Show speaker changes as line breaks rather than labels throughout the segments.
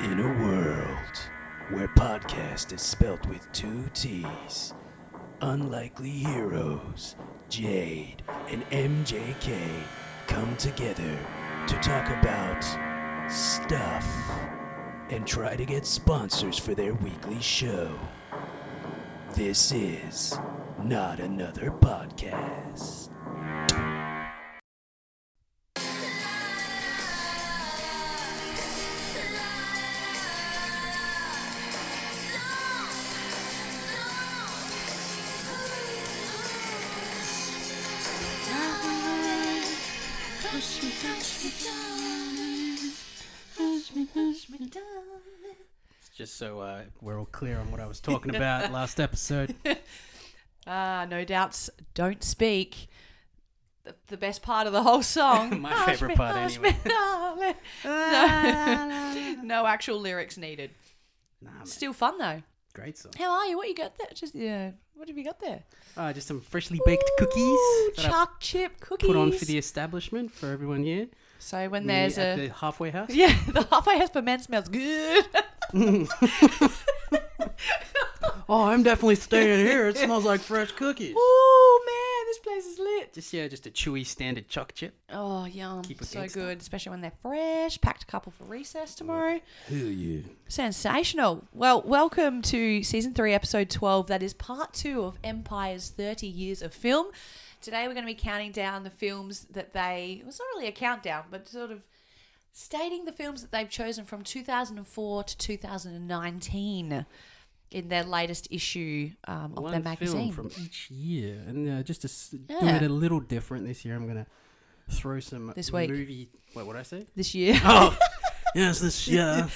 In a world where podcast is spelt with two T's, unlikely heroes, Jade and MJK come together to talk about stuff and try to get sponsors for their weekly show. This is not another podcast.
Just so uh, we're all clear on what I was talking about last episode.
Ah, no doubts. Don't speak. The, the best part of the whole song.
My
Hush
favourite
me,
part,
hush
anyway.
me, darling. no, no actual lyrics needed.
Nah, man,
Still fun though.
great song.
How are you? What you got there? Just yeah. What have you got there?
Uh, just some freshly baked cookies
Ooh,
that I
choc chip cookies.
put on for the establishment for everyone here.
So when
Me
there's
at
a
the halfway house.
yeah, the halfway house for men smells good.
Oh, I'm definitely staying here. It smells like fresh cookies.
Ooh Oh, man, this place is lit.
Just yeah, just a chewy standard choc chip.
Oh yum,
Keep it
so
gangsta.
good, especially when they're fresh. Packed a couple for recess tomorrow.
Hell yeah.
Sensational. Well, welcome to season three, episode 12. That is part two of Empire's 30 years of film. Today, we're going to be counting down the films that they. Well, it's not really a countdown, but sort of stating the films that they've chosen from 2004 to 2019 in their latest issue um, of their
One
magazine.
film from each year, and uh, just to s do
Yeah.
it a little different this year, I'm gonna throw some
This week.
movie. Wait, what would I say?
This year.
Oh, yes, this year.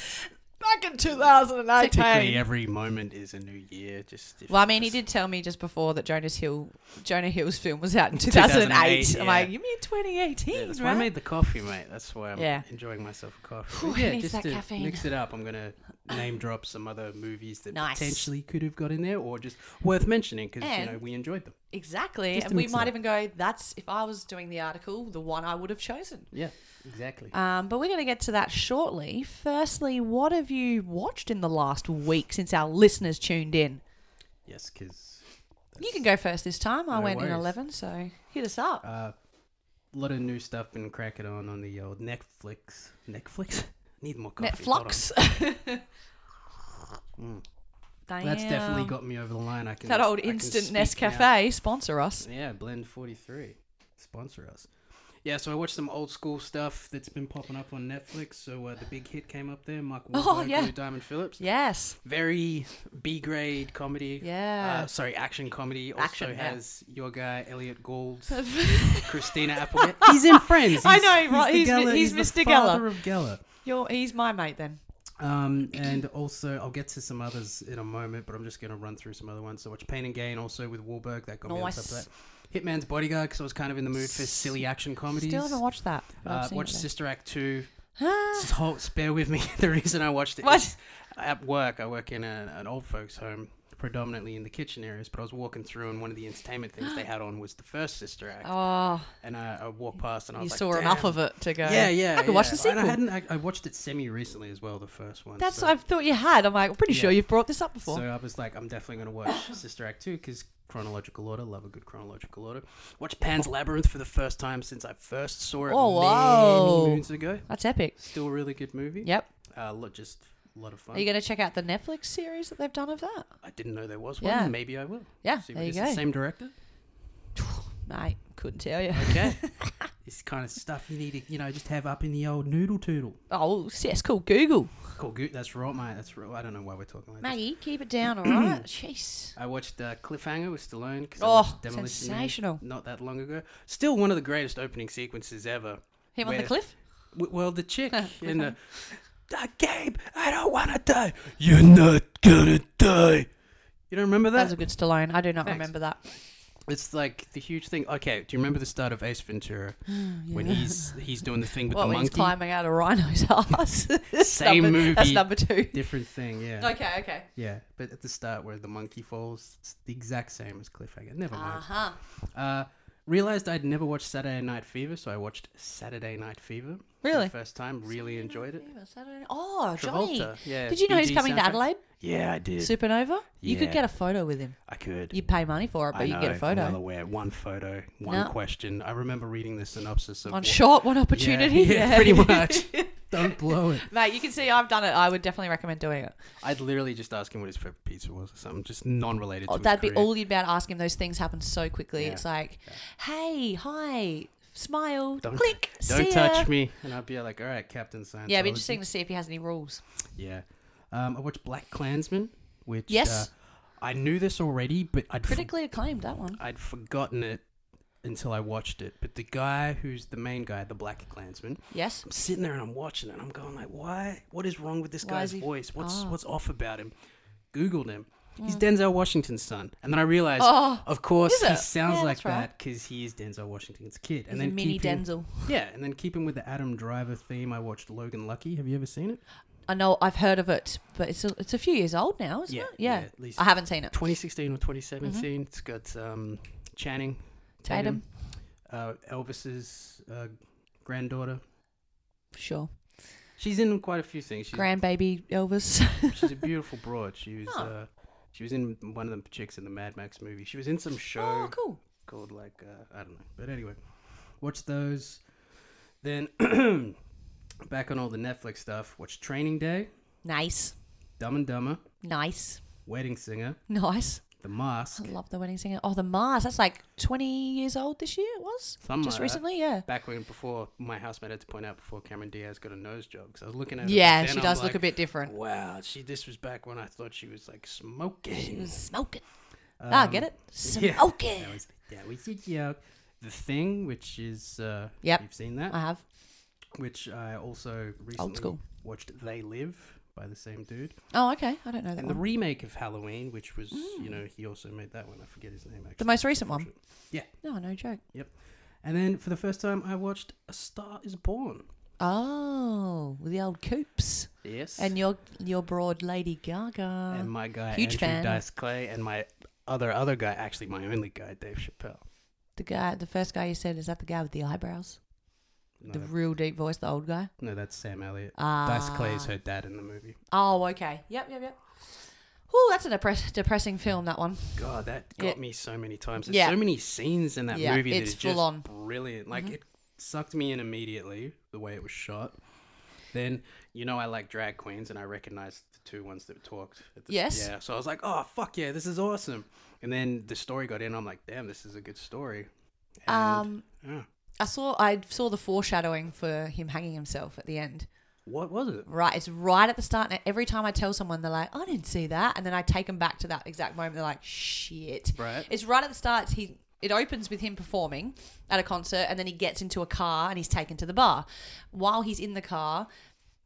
Back in
Technically,
2019.
every moment is a new year. Just if-
Well, I mean, he
just-
did tell me just before that Jonas Hill, Jonah Hill's film was out in 2008.
2008,
I'm
yeah.
like, you mean 2018,
Yeah, that's why I
right?
made the coffee, mate. That's why I'm
Yeah.
enjoying myself a coffee.
Phew,
But
he
yeah,
needs
just
that
to
caffeine.
mix it up, I'm gonna name drop some other movies that
Nice.
potentially could have got in there, or just worth mentioning because you know
And-
we enjoyed them.
Exactly.
Just to
and we
mix it
might
up.
even go, that's if I was doing the article, the one I would have chosen.
Yeah, exactly.
Um, but we're going to get to that shortly. Firstly, what have you watched in the last week since our listeners tuned in?
yes, because
You can go first this time. I
No
went in
worries.
11, so hit us up.
uh, a lot of new stuff been cracking on on the old Netflix. Netflix. Need more coffee. hold on. Mm.
Netflix.
That's definitely
Damn.
got me over the line. I can
that old
I can
instant
speak
Nescafe
now.
sponsor us.
Yeah, Blend 43. Sponsor us. Yeah, so I watched some old school stuff that's been popping up on Netflix. So uh, the big hit came up there, Mark
Oh,
Wahlberg,
yeah.
Lou Diamond Phillips.
Yes.
Very B grade comedy.
Yeah.
Uh, sorry, action comedy.
Action,
also
yeah.
has your guy Elliot Gould, Christina Applegate. He's in Friends.
I
He's-
know, right?
the
He's mi-
Geller.
he's
the
Mr. Geller.
father of Geller.
You're, he's my mate then.
Um, and also, I'll get to some others in a moment, but I'm just going to run through some other ones. So, watch Pain and Gain also with Wahlberg. That got me on top of
Nice.
that. Hitman's Bodyguard, because I was kind of in the mood for silly action comedies.
Still haven't watched that. but I've
uh,
seen
watch
it then.
Sister Act 2. Just hold- spare with me. the reason I watched it
What?
is at work. I work in a, an old folks' home, predominantly in the kitchen areas, but I was walking through, and one of the entertainment things they had on was the first Sister Act.
Oh,
And I, I walked past, and I
you
was like,
saw enough
"Damn."
of it to go.
Yeah, yeah.
I could watch
yeah.
the
And I,
sequel.
hadn't, I, I watched it semi recently as well, the first one.
That's
so-
I thought you had. I'm like, I'm pretty sure
Yeah.
you've brought this up before.
So I was like, I'm definitely going to watch Sister Act 2 because chronological order, love a good chronological order. Watch Pan's Labyrinth for the first time since I first saw it
Oh, wow.
many moons ago.
That's epic.
Still a really good movie.
Yep.
Uh, look, just a lot of fun.
Are you going to check out the Netflix series that they've done of that?
I didn't know there was one.
Yeah.
Maybe I will.
Yeah,
See
there
what
you
is
go.
the same director?
Mate, couldn't tell you.
Okay. this kind of stuff you need to, you know, just have up in the old noodle toodle.
Oh, see, it's called Google.
Cool, good. That's right, mate. That's right. I don't know why we're talking like that.
Maggie, keep it down, all right? Jeez.
I watched uh, Cliffhanger with Stallone because
Oh,
I watched Demolition Man
sensational.
not that long ago. Still one of the greatest opening sequences ever.
Him on the
Where-
cliff?
W- Well, the chick
Cliff
in the uh, Gabe, I don't want to die. You're not gonna die. You don't remember
That
that?
was a good Stallone. I do not
Thanks.
remember that.
it's like the huge thing. Okay, do you remember the start of Ace Ventura when he's he's doing the thing with
What,
the
when he's
monkey?
climbing out of Rhino's ass? That's
Same
number, That's
movie.
number two.
Different thing, yeah,
Okay, okay.
yeah. But at the start where the monkey falls, it's the exact same as Cliffhanger. Never
Uh
mind.
huh.
Uh, Realized I'd never watched Saturday Night Fever, so I watched Saturday Night Fever. for
Really?
the first time, really enjoyed it.
Fever, Saturday- Oh, Johnny.
Travolta, yeah,
Did you know he's
BG
coming to
soundtrack.
Adelaide?
Yeah, I did.
Supernova? You could
Yeah.
get a photo with him.
I could.
You pay money for it, but
I
you
know,
get a
I'm well
photo.
aware. One photo, one
No.
question. I remember reading the synopsis of
On
what-
shot, one
Yeah,
opportunity.
yeah, pretty much. Don't blow it.
Mate, you can see I've done it. I would definitely recommend doing it.
I'd literally just ask him what his favorite pizza was or something, just non-related.
Oh,
to his
that'd be
career.
all you'd be able to ask him. Those things happen so quickly.
Yeah,
It's like, hey, hi, smile,
Don't-
click,
Don't
see ya.
touch me, and I'd be like, all right, Captain Science.
Yeah, it'd be interesting to see if he has any rules.
Yeah. Um, I watched Black Klansman, which
Yes.
uh, I knew this already, but I'd for-
Critically acclaimed, that one.
I'd forgotten it until I watched it. But the guy who's the main guy, the Black Klansman,
Yes.
I'm sitting there and I'm watching it. And I'm going like, why? What is wrong with this
Why is
guy's
he-
voice? What's
Ah.
what's off about him? Googled him. He's Denzel Washington's son, and then I realized,
Mm. Oh,
of course,
is
he
it?
sounds
Yeah,
like
that's right.
that because he is Denzel Washington's kid.
He's
and
a
then
mini
keeping-
Denzel.
Yeah, and then keeping with the Adam Driver theme, I watched Logan Lucky. Have you ever seen it?
I know I've heard of it, but it's a, it's a few years old now, isn't
Yeah,
it? Yeah.
yeah, at least-
I Mm-hmm. haven't seen it.
2016 or 2017. It's got um, Channing
Tatum,
uh, Elvis's uh, granddaughter.
sure.
She's in quite a few things. She's,
Grandbaby Elvis.
she's a beautiful broad. She was
Oh.
uh, she was in one of the chicks in the Mad Max movie. She was in some show
oh, cool.
called like uh, I don't know. But anyway, watch those. Then back on all the Netflix stuff. Watch Training Day,
Nice.
Dumb and Dumber,
Nice.
Wedding Singer,
Nice.
The
I
Mask.
love the wedding singer. Oh, the Mars. That's like 20 years old this year, it was?
Something
Just
like that.
recently, yeah.
Back when before my housemate had to point out before Cameron Diaz got a nose job because I was looking at her
Yeah,
back
she
then,
does
I'm
look a
like,
bit different.
Wow, she. This was back when I thought she was like smoking.
She was smoking. ah,
Um,
get it?
yeah.
Smoking.
That was, that was a joke. The Thing, which is uh,
Yep.
you've seen that,
I have.
which I also recently
school.
watched. They Live by the same dude,
Oh, okay. I don't know that
and
one.
the
The,
remake of Halloween, which was you know he also made that one. I forget his name actually.
most recent one.
Yeah.
No, no joke.
And then for the first time, I watched A Star Is Born.
Oh, with the old Coops
Yes.
and your your broad Lady Gaga.
and my guy
Huge
Andrew
fan.
Dice Clay and my other other guy, actually my only guy, Dave Chappelle.
the guy, the first guy you said, is that the guy with the eyebrows,
No,
the
that-
real deep voice, the old guy?
no, that's Sam Elliott.
Ah.
Dice Clay is her dad in the movie.
Oh, okay. Yep, yep, yep. Oh, that's a depress- depressing film. That one.
God, that
Yeah.
got me so many times. There's
Yeah.
so many scenes in that
Yeah,
movie that
it's
is just
full on. Mm-hmm.
brilliant. Like it sucked me in immediately the way it was shot. Then you know I like drag queens and I recognized the two ones that talked. At the,
Yes.
Yeah. So I was like, oh fuck yeah, this is awesome. And then the story got in. I'm like, damn, this is a good story. And,
Um,
yeah.
I saw I saw the foreshadowing for him hanging himself at the end.
What was it?
Right, it's right at the start. And every time I tell someone, they're like, "I didn't see that," and then I take them back to that exact moment. They're like, "Shit!"
Right.
It's right at the start. It's He it opens with him performing at a concert, and then he gets into a car and he's taken to the bar. While he's in the car,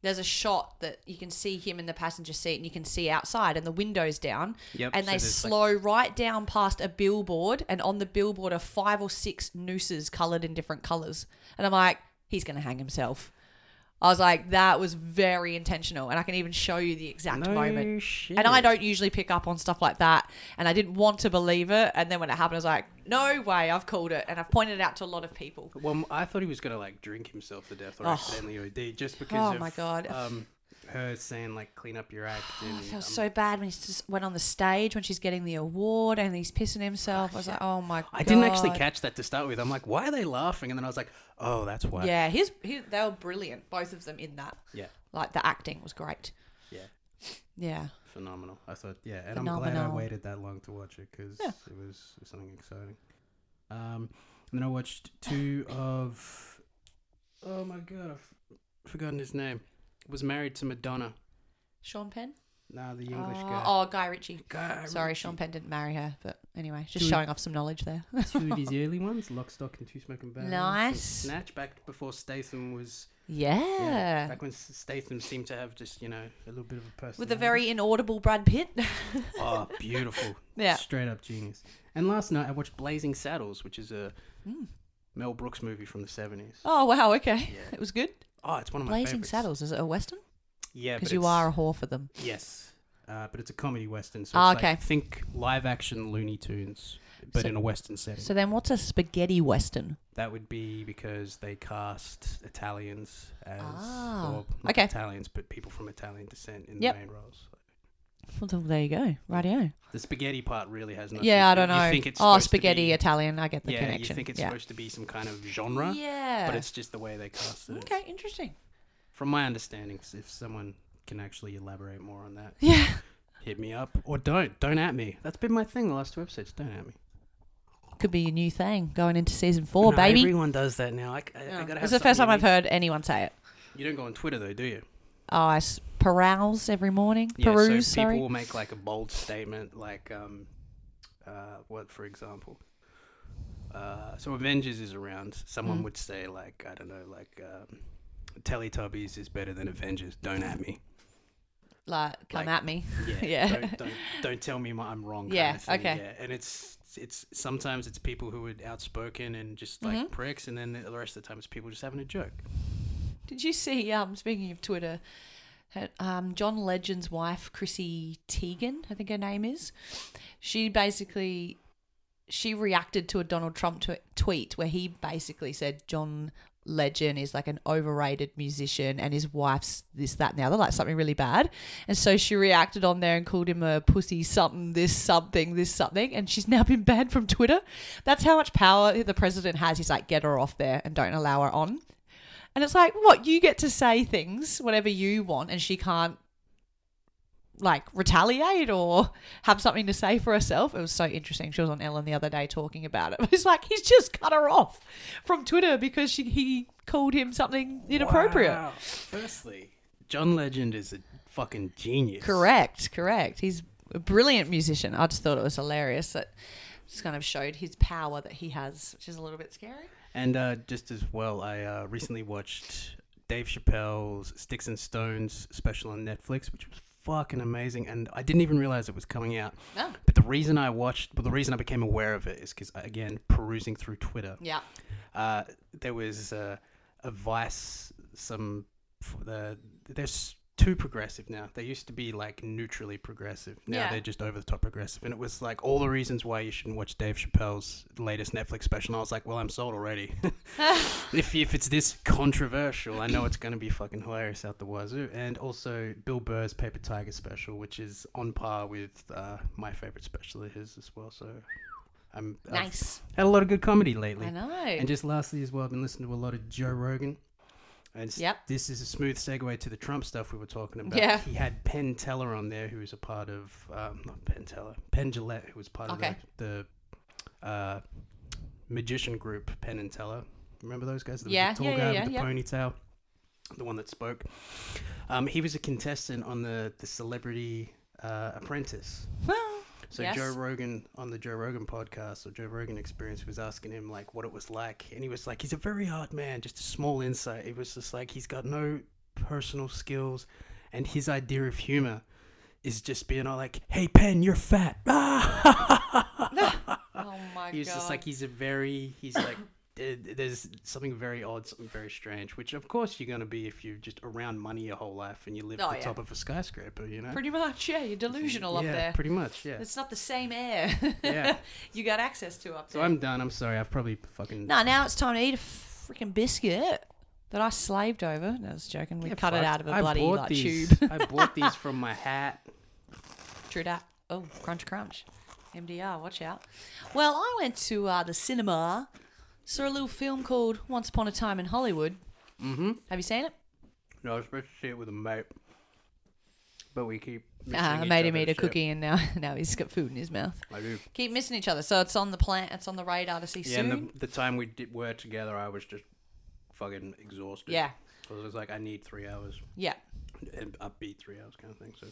there's a shot that you can see him in the passenger seat, and you can see outside, and the windows down.
Yep,
And
so
they
there's, like-
slow right down past a billboard, and on the billboard are five or six nooses coloured in different colours. And I'm like, he's gonna hang himself. I was like, that was very intentional, and I can even show you the exact
No
moment.
shit.
And I don't usually pick up on stuff like that, and I didn't want to believe it. And then when it happened, I was like, no way, I've called it, and I've pointed it out to a lot of people.
Well, I thought he was gonna like drink himself to death or
Oh.
accidentally OD just because.
Oh
of,
my God.
Um, her saying like clean up your act. And,
I
um,
felt so bad when he just went on the stage when she's getting the award, and he's pissing himself. I was like, oh my god.
I didn't actually catch that to start with. I'm like, why are they laughing? And then I was like, oh, that's why.
Yeah, his, his they were brilliant, both of them in that.
Yeah.
Like the acting was great.
Yeah.
Yeah.
Phenomenal. I thought, yeah. And I'm glad I
Phenomenal.
waited that long to watch it because
Yeah.
it was something exciting. Um, and then I watched two of. Oh my God, I've forgotten his name. Was married to Madonna.
Sean Penn.
Nah, the English
Uh,
guy.
Oh, Guy Ritchie.
Guy
Sorry,
Ritchie.
Sean Penn didn't marry her, but anyway, just
Do we-
showing off some knowledge there.
two of his early ones, Lock, Stock, and Two Smoking Barrels. and
Nice.
Snatch back before Statham was.
yeah.
Yeah. Back when Statham seemed to have just you know a little bit of a personality.
With a very inaudible Brad Pitt.
oh beautiful,
Yeah.
straight up genius. And last night I watched Blazing Saddles, which is a Mel Brooks movie from the seventies. Oh,
Mm. oh, wow. Okay.
Yeah. Oh,
It was good.
it's one of my
Blazing
favorites.
Saddles. Is it a Western?
Yeah,
Because
but
you
it's-
are a whore for them.
Yes. Uh, but it's a comedy western, so
Ah,
it's like-
okay.
think live action Looney Tunes. but
So-
in a Western setting.
So then, what's a spaghetti western?
that would be because they cast Italians as
Ah,
or not
okay.
Italians, but people from Italian descent in
Yep.
the main roles.
Well, th- there you go. Rightio.
The spaghetti part really has nothing.
Yeah, I
to-
don't know.
You think it's
oh,
supposed to
spaghetti
be-
Italian. I get the
yeah,
connection.
you think it's
yeah.
supposed to be some kind of genre,
yeah.
but it's just the way they cast it.
okay. Interesting.
From my understanding, if someone can actually elaborate more on that,
Yeah.
hit me up or don't. Don't at me. That's been my thing the last two episodes. Don't at me.
Could be a new thing going into season four,
No,
Oh, baby.
Everyone does that now. I, I, I
Yeah.
gotta have
It's the first time
something
I've heard anyone say it.
unique. You don't go on Twitter though, do you?
Oh, I s- peruse every morning.
Yeah,
peruse,
so people
sorry.
will make like a bold statement, like um, uh, what for example? Uh, so Avengers is around. Someone
Mm.
would say like I don't know, like um, Teletubbies is better than Avengers. Don't at me.
like, come
like-
at me.
Yeah.
Yeah.
Don't, don't don't tell me my, I'm wrong. kind
Yeah,
of thing,
okay.
Yeah. And it's it's sometimes it's people who are outspoken and just like
Mm-hmm.
pricks, and then the rest of the time it's people just having a joke.
Did you see? Um, speaking of Twitter, had- um, John Legend's wife, Chrissy Teigen, I think her name is. She basically she reacted to a Donald Trump tw- tweet where he basically said John Legend is like an overrated musician and his wife's this that and the other like something really bad and so she reacted on there and called him a pussy something this something this something and she's now been banned from Twitter that's how much power the president has he's like get her off there and don't allow her on and it's like, what? You get to say things, whatever you want, and she can't like retaliate or have something to say for herself. It was so interesting. She was on Ellen the other day talking about it. It's like he's just cut her off from Twitter because she he called him something inappropriate.
Wow. Firstly, John Legend is a fucking genius.
Correct, correct. He's a brilliant musician. I just thought it was hilarious that just kind of showed his power that he has, which is a little bit scary.
And uh, just as well, I uh, recently watched Dave Chappelle's Sticks and Stones special on Netflix, which was fucking amazing. And I didn't even realize it was coming out.
No.
But the reason I watched, well, the reason I became aware of it is because, again, perusing through Twitter,
Yeah.
uh, there was uh, a Vice, some, f- the, there's too progressive now. They used to be like neutrally progressive. Now
Yeah.
they're just over the top progressive. And it was like all the reasons why you shouldn't watch Dave Chappelle's latest Netflix special. And I was like, well, I'm sold already. if, if it's this controversial, I know it's going to be fucking hilarious out the wazoo. And also Bill Burr's Paper Tiger special, which is on par with uh, my favorite special of his as well. So I'm I've
nice.
had a lot of good comedy lately.
I know.
And just lastly, as well, I've been listening to a lot of Joe Rogan. And s-
Yep.
this is a smooth segue to the Trump stuff we were talking about.
Yeah.
He had Penn Teller on there, who was a part of, um, not Penn Teller, Penn Gillette, who was part
Okay.
of the, the uh, magician group, Penn and Teller. Remember those guys? There was
Yeah,
The tall
yeah,
guy
yeah,
with
yeah,
the ponytail, the one that spoke. Um, he was a contestant on the, the Celebrity uh, Apprentice. So
Yes.
Joe Rogan on the Joe Rogan podcast or Joe Rogan Experience was asking him like what it was like, and he was like, "He's a very hard man. Just a small insight. It was just like he's got no personal skills, and his idea of humor is just being all like, "Hey, Penn, you're fat."
oh my
he was
god.
just like he's a very he's like eh, there's something very odd, something very strange, which of course you're gonna be if you're just around money your whole life and you live
Oh,
at the
yeah.
top of a skyscraper, you know.
Pretty much, yeah. You're delusional up
yeah,
there.
pretty much, yeah.
It's not the same air
Yeah.
you got access to up
So
there.
I'm done. I'm sorry. I've probably fucking
no, now it's time to eat a freaking biscuit that I slaved over. No, I was joking. We
Yeah,
cut it
fuck.
out of a
I
bloody
bought
like,
these-
tube.
I bought these from my hat.
True dat. Oh, crunch, crunch. MDR, watch out. Well, I went to uh, the cinema, saw a little film called Once Upon a Time in Hollywood. Mm-hmm. Have you seen it?
No, I was supposed to see it with a mate, but we keep.
Uh, I made him eat a cookie, and now now he's got food in his mouth.
I do.
Keep missing each other, so it's on the plan. It's on the radar to see
Yeah,
soon.
and the, the time we did, were together, I was just fucking exhausted.
Yeah.
I was like, I need three hours,
yeah.
and upbeat three hours kind of thing. So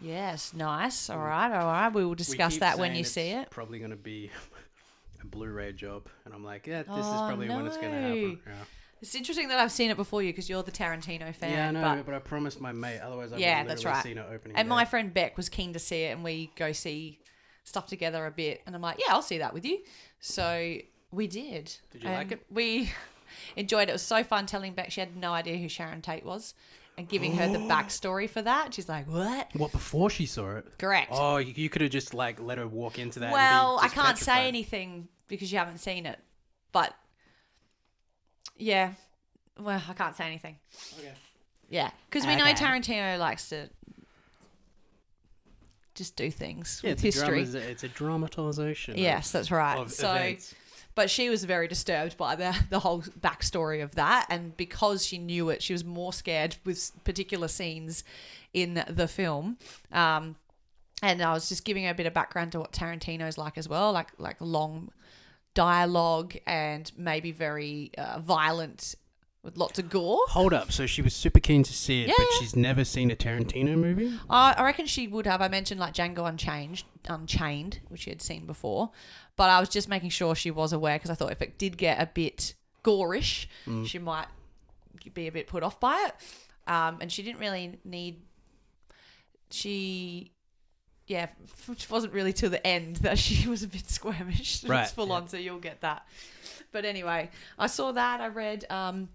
Yes, nice. All right, all right. We will
we
discuss
keep
that when
saying
you
it's
see it.
Probably gonna be a Blu-ray job, and I'm like, yeah, this is
Oh,
probably when it's gonna
no.
happen. Yeah.
It's interesting that I've seen it before you because you're the Tarantino fan.
Yeah, I know,
but
but, I promised my mate. Otherwise, I
yeah,
would
that's
literally
right.
seen it opening.
and my
day.
friend Beck was keen to see it, and we go see stuff together a bit. And I'm like, yeah, I'll see that with you. So we did.
Did you like
and
it?
We enjoyed it. It was so fun telling Beck. She had no idea who Sharon Tate was. and giving her the backstory for that. She's like, what?
What before she saw it?
Correct.
Oh, you, you could have just like let her walk into that.
well,
and be
I
just
can't
petrified.
say anything because you haven't seen it. But yeah, well, I can't say anything.
Okay.
Yeah, because we know
Okay.
Tarantino likes to just do things
Yeah,
with
it's
history.
A dramas- it's a dramatization. of-
Yes, that's right.
Of
so,
events.
but she was very disturbed by the the whole backstory of that, and because she knew it, she was more scared with s- particular scenes in the film. Um, and I was just giving her a bit of background to what Tarantino's like as well, like like long dialogue and maybe very uh, violent with lots of gore.
Hold up. So she was super keen to see it,
Yeah,
but
yeah.
she's never seen a Tarantino movie.
I I reckon she would have. I mentioned like Django Unchained, Unchained, which she had seen before, but I was just making sure she was aware because I thought if it did get a bit gorish,
Mm.
she might be a bit put off by it. Um, and she didn't really need. She, yeah, it wasn't really till the end that she was a bit squirmish. It
Right,
was full
yeah.
on, so you'll get that. But anyway, I saw that. I read. Um,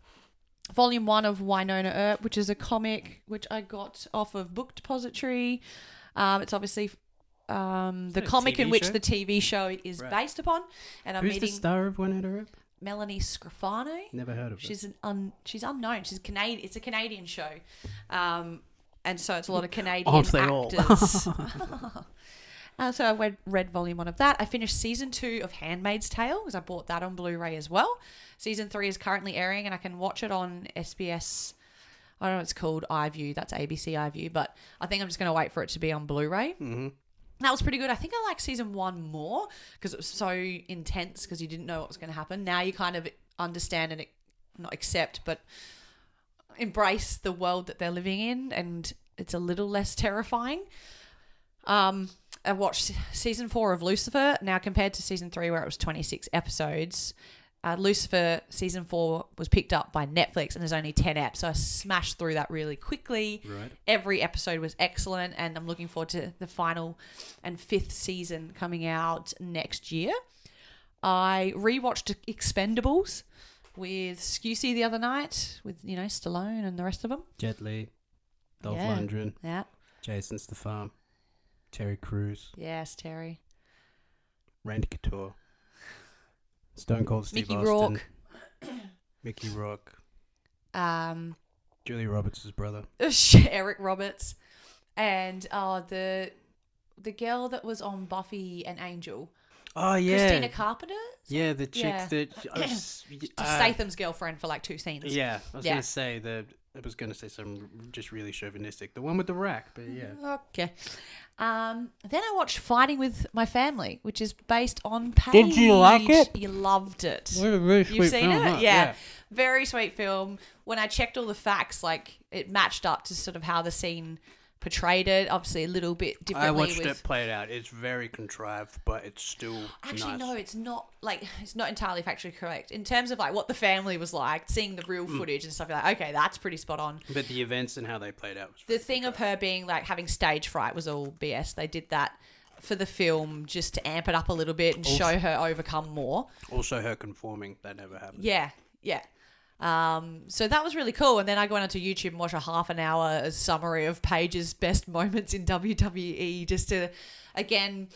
volume one of Winona Earp, which is a comic which I got off of Book Depository. Um, it's obviously um, the
that a
comic in
TV
which
show?
the TV show is
Right.
based upon, and I'm
Who's the
meeting
star of One Rip?
Melanie Scrofano.
Never heard of her.
She's an un, she's unknown. She's Canadian. It's a Canadian show, um, and so it's a lot of Canadian
Aren't they all?
actors. Uh, so I read, read volume one of that. I finished season two of Handmaid's Tale because I bought that on Blu-ray as well. Season three is currently airing, and I can watch it on SBS. I don't know what it's called iView. That's ABC iView, but I think I'm just going to wait for it to be on Blu-ray.
Mm-hmm.
That was pretty good. I think I like season one more because it was so intense because you didn't know what was going to happen. Now you kind of understand and ac- not accept, but embrace the world that they're living in, and it's a little less terrifying. Um, I watched season four of Lucifer. Now compared to season three, where it was 26 episodes, uh, Lucifer season four was picked up by Netflix and there's only 10 apps, so I smashed through that really quickly.
Right.
Every episode was excellent, and I'm looking forward to the final and fifth season coming out next year. I rewatched Expendables with Scusi the other night with you know Stallone and the rest of them.
Jet Li, Dolph
Yeah.
Lundgren,
Yeah.
Jason Statham, Terry Crews,
Yes, Terry.
Randy Couture, Stone Cold Steve
Mickey
Austin,
Rourke.
Mickey Rourke,
Um,
Julie Roberts' brother.
Eric Roberts, and uh, the the girl that was on Buffy and Angel,
Oh yeah,
Christina Carpenter,
yeah, the chick
Yeah.
that. I was- uh,
Statham's girlfriend for like two scenes.
Yeah, I was
Yeah.
gonna say the. I was gonna say some just really chauvinistic. The one with the rack, but yeah.
Okay. Um, then I watched Fighting with My Family, which is based on Paige.
Did you like it?
You loved it.
Really, really
You've seen it? Yeah. Very sweet film. When I checked all the facts, like it matched up to sort of how the scene portrayed it. Obviously, a little bit differently.
I watched
with,
it played out. It's very contrived, but it's still
Actually,
nice.
no, it's not like it's not entirely factually correct in terms of like what the family was like, seeing the
Mm.
real footage and stuff like that. Okay, that's pretty spot on.
But the events and how they played out. Was
The thing of her being like having stage fright was all BS. They did that for the film just to amp it up a little bit and show her overcome more.
also her conforming. That never happened.
Yeah, yeah. Um, so that was really cool. And then I went onto YouTube and watched a half an hour summary of Paige's best moments in WWE just to, again,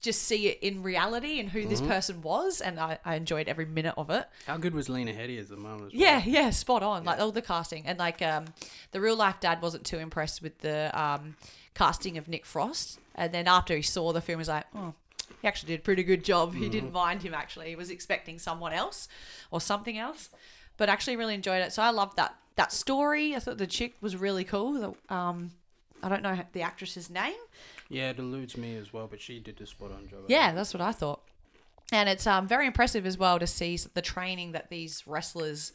just see it in reality and who this person was. And I, I enjoyed every minute of it.
How good was Lena Headey as the mum? As well?
Yeah, yeah, spot on. Like all the casting and like um, the real life dad wasn't too impressed with the um, casting of Nick Frost. And then after he saw the film, he was like, oh, he actually did a pretty good job. He didn't mind him actually. He was expecting someone else or something else, but actually really enjoyed it. So I loved that that story. I thought the chick was really cool. The, um, I don't know the actress's name.
Yeah, it eludes me as well, but she did a spot on job.
Yeah, that's what I thought. And it's um, very impressive as well to see the training that these wrestlers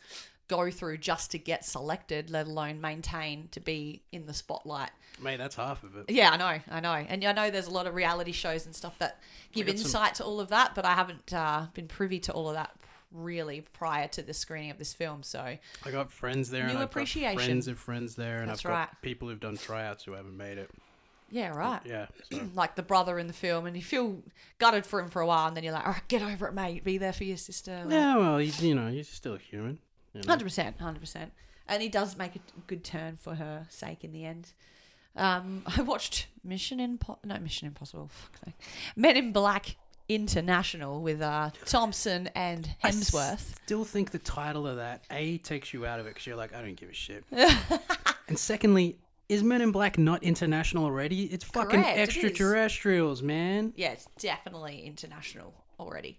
go through just to get selected, let alone maintain to be in the spotlight.
Mate, that's half of it.
Yeah, I know, I know. And I know there's a lot of reality shows and stuff that give
got some-
insight to all of that, but I haven't uh, been privy to all of that really prior to the screening of this film. So,
I got friends there,
New
and I've
appreciation.
got friends of friends there, and
That's
I've got
right.
people who've done tryouts who haven't made it.
yeah, right.
Yeah, so
Like the brother in the film, and you feel gutted for him for a while, and then you're like, all right, get over it, mate. Be there for your sister. Like,
yeah. Well, he's you know he's still human. you know?
Hundred percent, hundred percent. And he does make a good turn for her sake in the end. Um, I watched Mission Impo- no Mission Impossible, fuck no. Men in Black International with uh, Thompson and
I
Hemsworth.
Still think the title of that a takes you out of it because you're like, I don't give a shit. and secondly, is Men in Black not international already? It's fucking
Correct, it is.
extraterrestrials, man.
yeah, it's definitely international already.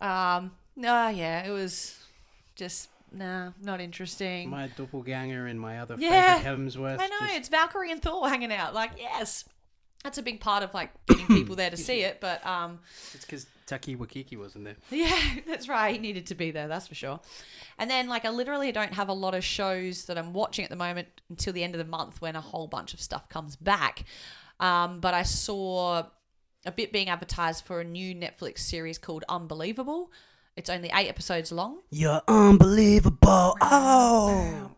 Um, no, yeah, it was just nah, not interesting.
My doppelganger and my other
Yeah,
favorite Hemsworth.
I know
just-
it's Valkyrie and Thor hanging out. Like, yes, that's a big part of like getting people there to see it. But um,
it's because Taki Wakiki wasn't there.
Yeah, that's right. He needed to be there, that's for sure. And then, like, I literally don't have a lot of shows that I'm watching at the moment until the end of the month when a whole bunch of stuff comes back. Um, but I saw a bit being advertised for a new Netflix series called Unbelievable. It's only eight episodes long.
You're unbelievable. Oh.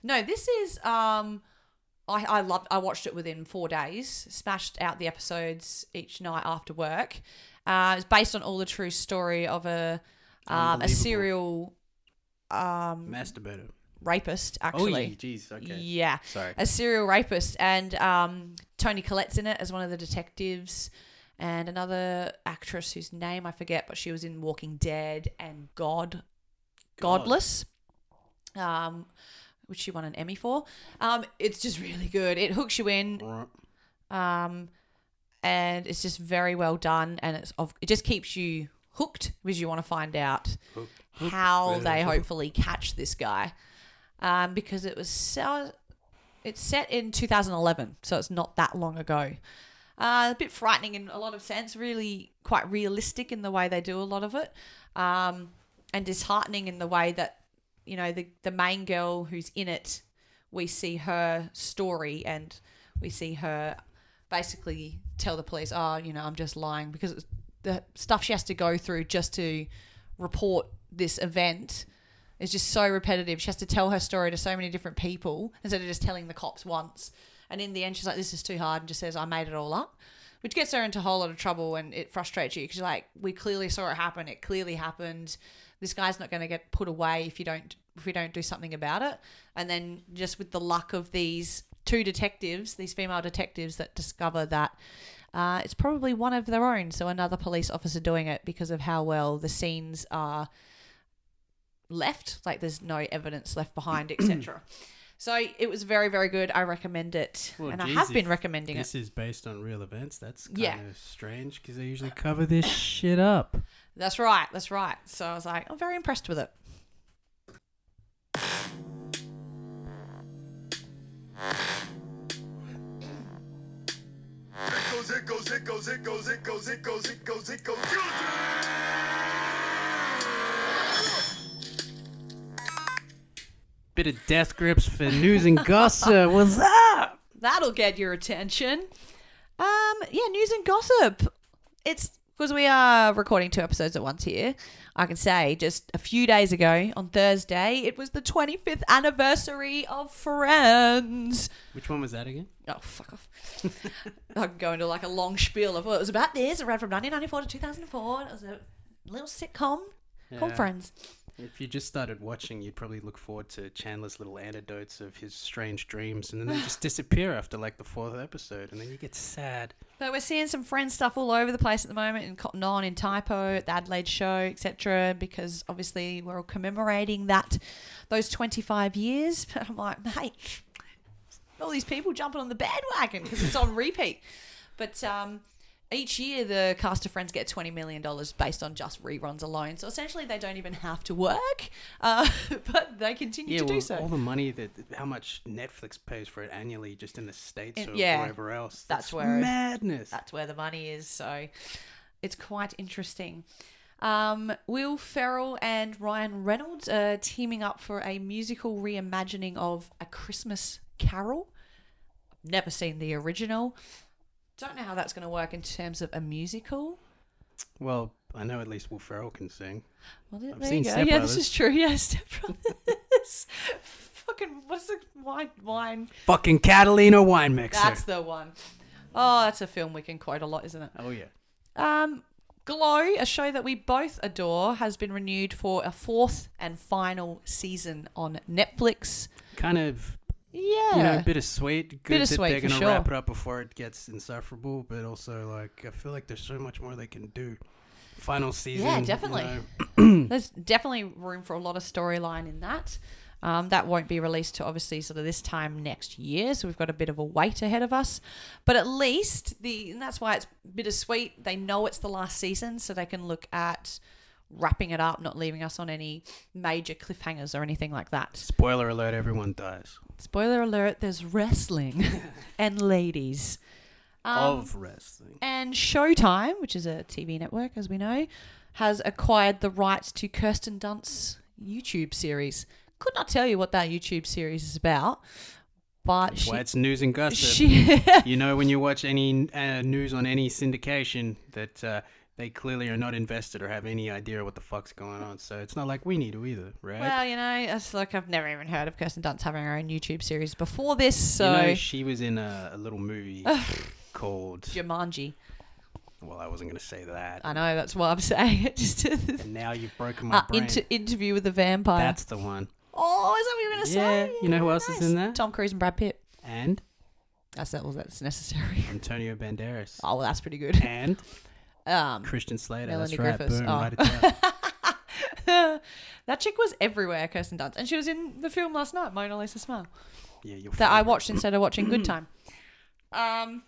No, this is um I, I loved I watched it within four days, smashed out the episodes each night after work. Uh, it's based on all the true story of a um, a
Unbelievable.
serial um
Masturbator.
rapist
Oh,
actually.
jeez. Okay.
Yeah.
Sorry.
A serial rapist and um Tony Collette's in it as one of the detectives and another actress whose name I forget, but she was in Walking Dead and God Godless, um, which she won an Emmy for. Um, it's just really good. It hooks you in,
God.
um, and it's just very well done, and it's of, it just keeps you hooked because you want to find out how they hopefully catch this guy, um, because it was so. It's set in 2011, so it's not that long ago. Uh, a bit frightening in a lot of sense, really quite realistic in the way they do a lot of it, um, and disheartening in the way that, you know, the, the main girl who's in it, we see her story and we see her basically tell the police, oh, you know, I'm just lying because it's the stuff she has to go through just to report this event is just so repetitive. She has to tell her story to so many different people instead of just telling the cops once. And in the end, she's like, this is too hard and just says, I made it all up, which gets her into a whole lot of trouble and it frustrates you because you're like, we clearly saw it happen. It clearly happened. This guy's not going to get put away if you don't if we don't do something about it. And then just with the luck of these two detectives, these female detectives that discover that uh, it's probably one of their own, so another police officer doing it because of how well the scenes are left. Like there's no evidence left behind, etc. So it was very, very good. I recommend it,
Well,
and I
geez,
have been
if
recommending it.
This is based on real events. That's kind
Yeah.
of strange because they usually cover this shit up.
That's right. That's right. So I was like, I'm very impressed with it.
Zico, Zico, Zico, Zico, Zico, Zico, Zico, Zico, Zico.
Bit of death grips for news and gossip. What's up?
That'll get your attention. Um, yeah, news and gossip. It's because we are recording two episodes at once here. I can say just a few days ago on Thursday, it was the 25th anniversary of Friends.
Which one was that again?
Oh, fuck off. I can go into like a long spiel of what it was about this. It ran from 1994 to 2004. And it was a little sitcom called
Yeah.
Friends.
If you just started watching, you'd probably look forward to Chandler's little anecdotes of his strange dreams, and then they just disappear after like the fourth episode, and then you get sad.
But we're seeing some friend stuff all over the place at the moment in Cotton On, in Typo, at the Adelaide show, etc. Because obviously we're all commemorating that those 25 years. But I'm like, mate, all these people jumping on the bandwagon because it's on repeat. But um, each year the cast of Friends get 20 million dollars based on just reruns alone. So essentially they don't even have to work, uh, but they continue
Yeah,
to
well,
do so.
all the money that how much Netflix pays for it annually, just in the states
In-
or
yeah.
wherever else.
That's
It's
where-
madness.
that's where the money is. So it's quite interesting. Um, Will Ferrell and Ryan Reynolds are teaming up for a musical reimagining of A Christmas Carol. Never seen the original. Don't know how that's going to work in terms of a musical.
Well, I know at least Will Ferrell can sing.
Well, there,
I've
there
seen
you go.
Step
yeah,
Brothers.
this is true. Yeah, Step Brothers. Fucking what's the wine? Wine.
Fucking Catalina wine mixer.
That's the one. Oh, that's a film we can quote a lot, isn't it?
Oh yeah.
Um, Glow, a show that we both adore, has been renewed for a fourth and final season on Netflix.
Kind of,
Yeah.
you know, bittersweet. Good
Bittersweet,
that they're
for
gonna wrap
sure.
it up before it gets insufferable, but also like I feel like there's so much more they can do. Final season. you
definitely.
know.
There's definitely room for a lot of storyline in that. Um, that won't be released to obviously sort of this time next year, so we've got a bit of a wait ahead of us. But at least the and that's why it's bittersweet. They know it's the last season, so they can look at wrapping it up, not leaving us on any major cliffhangers or anything like that.
Spoiler alert: Everyone dies
Spoiler alert: there's wrestling and ladies.
of wrestling.
Um, And Showtime, which is a TV network, as we know, has acquired the rights to Kirsten Dunst's YouTube series. Could not tell you what that YouTube series is about, but
That's why it's news and gossip.
she, she
you know, when you watch any uh, news on any syndication, that uh, they clearly are not invested or have any idea what the fuck's going on. So it's not like we need to either, right?
well, you know, it's like I've never even heard of Kirsten Dunst having her own YouTube series before this.
You
So
know, she was in a, a little movie called.
Jumanji,
Well, I wasn't going to say that.
I know that's what I'm saying. It Just
and now you've broken my
uh,
brain.
inter- interview with the vampire.
That's the one.
oh, is that what you were going to
Yeah,
say?
you know who else is in that?
Tom Cruise and Brad Pitt.
And
That's that. Well, that's necessary.
Antonio Banderas.
Oh, well, that's pretty good.
And
Um,
Christian Slater.
Melanie
That's right.
Griffiths.
Boom,
Oh.
right at that.
that chick was everywhere, Kirsten Dunst, and she was in the film last night, Mona Lisa Smile,
Yeah, you're
that I watched instead of watching Good Time. Um,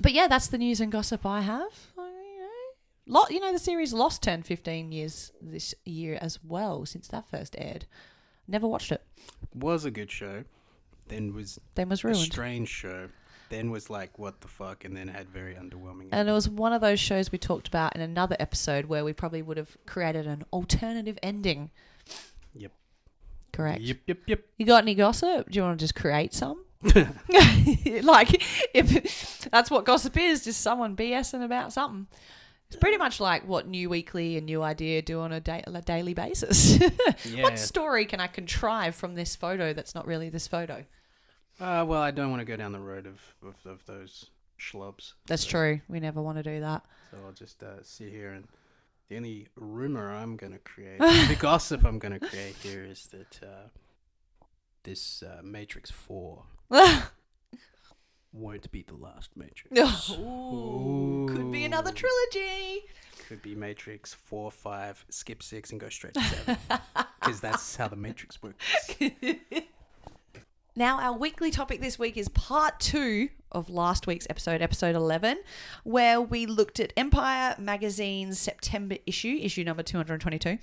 but yeah, that's the news and gossip I have. I, you know, Lot, you know, the series Lost turned 15 years this year as well since that first aired. Never watched it.
was a good show. Then was
Then was
a
ruined.
strange show. Then was like, what the fuck? And then had very underwhelming.
And it was one of those shows we talked about in another episode where we probably would have created an alternative ending.
Yep.
Correct.
Yep, yep, yep.
You got any gossip? Do you want to just create some? like, if that's what gossip is, just someone BSing about something. It's pretty much like what New Weekly and New Idea do on a, da- a daily basis.
Yeah.
what story can I contrive from this photo that's not really this photo?
Uh, well, I don't want to go down the road of, of, of those schlubs.
That's true. We never want to do that.
So I'll just uh, sit here and the only rumor I'm going to create, the gossip I'm going to create here is that uh, this uh, Matrix 4 won't be the last Matrix.
Ooh, could be another
Ooh.
trilogy.
Could be Matrix 4, 5, skip 6, and go straight to 7. Because that's how the Matrix works.
Now, our weekly topic this week is part two of last week's episode, episode 11, where we looked at Empire Magazine's September issue, issue number 222,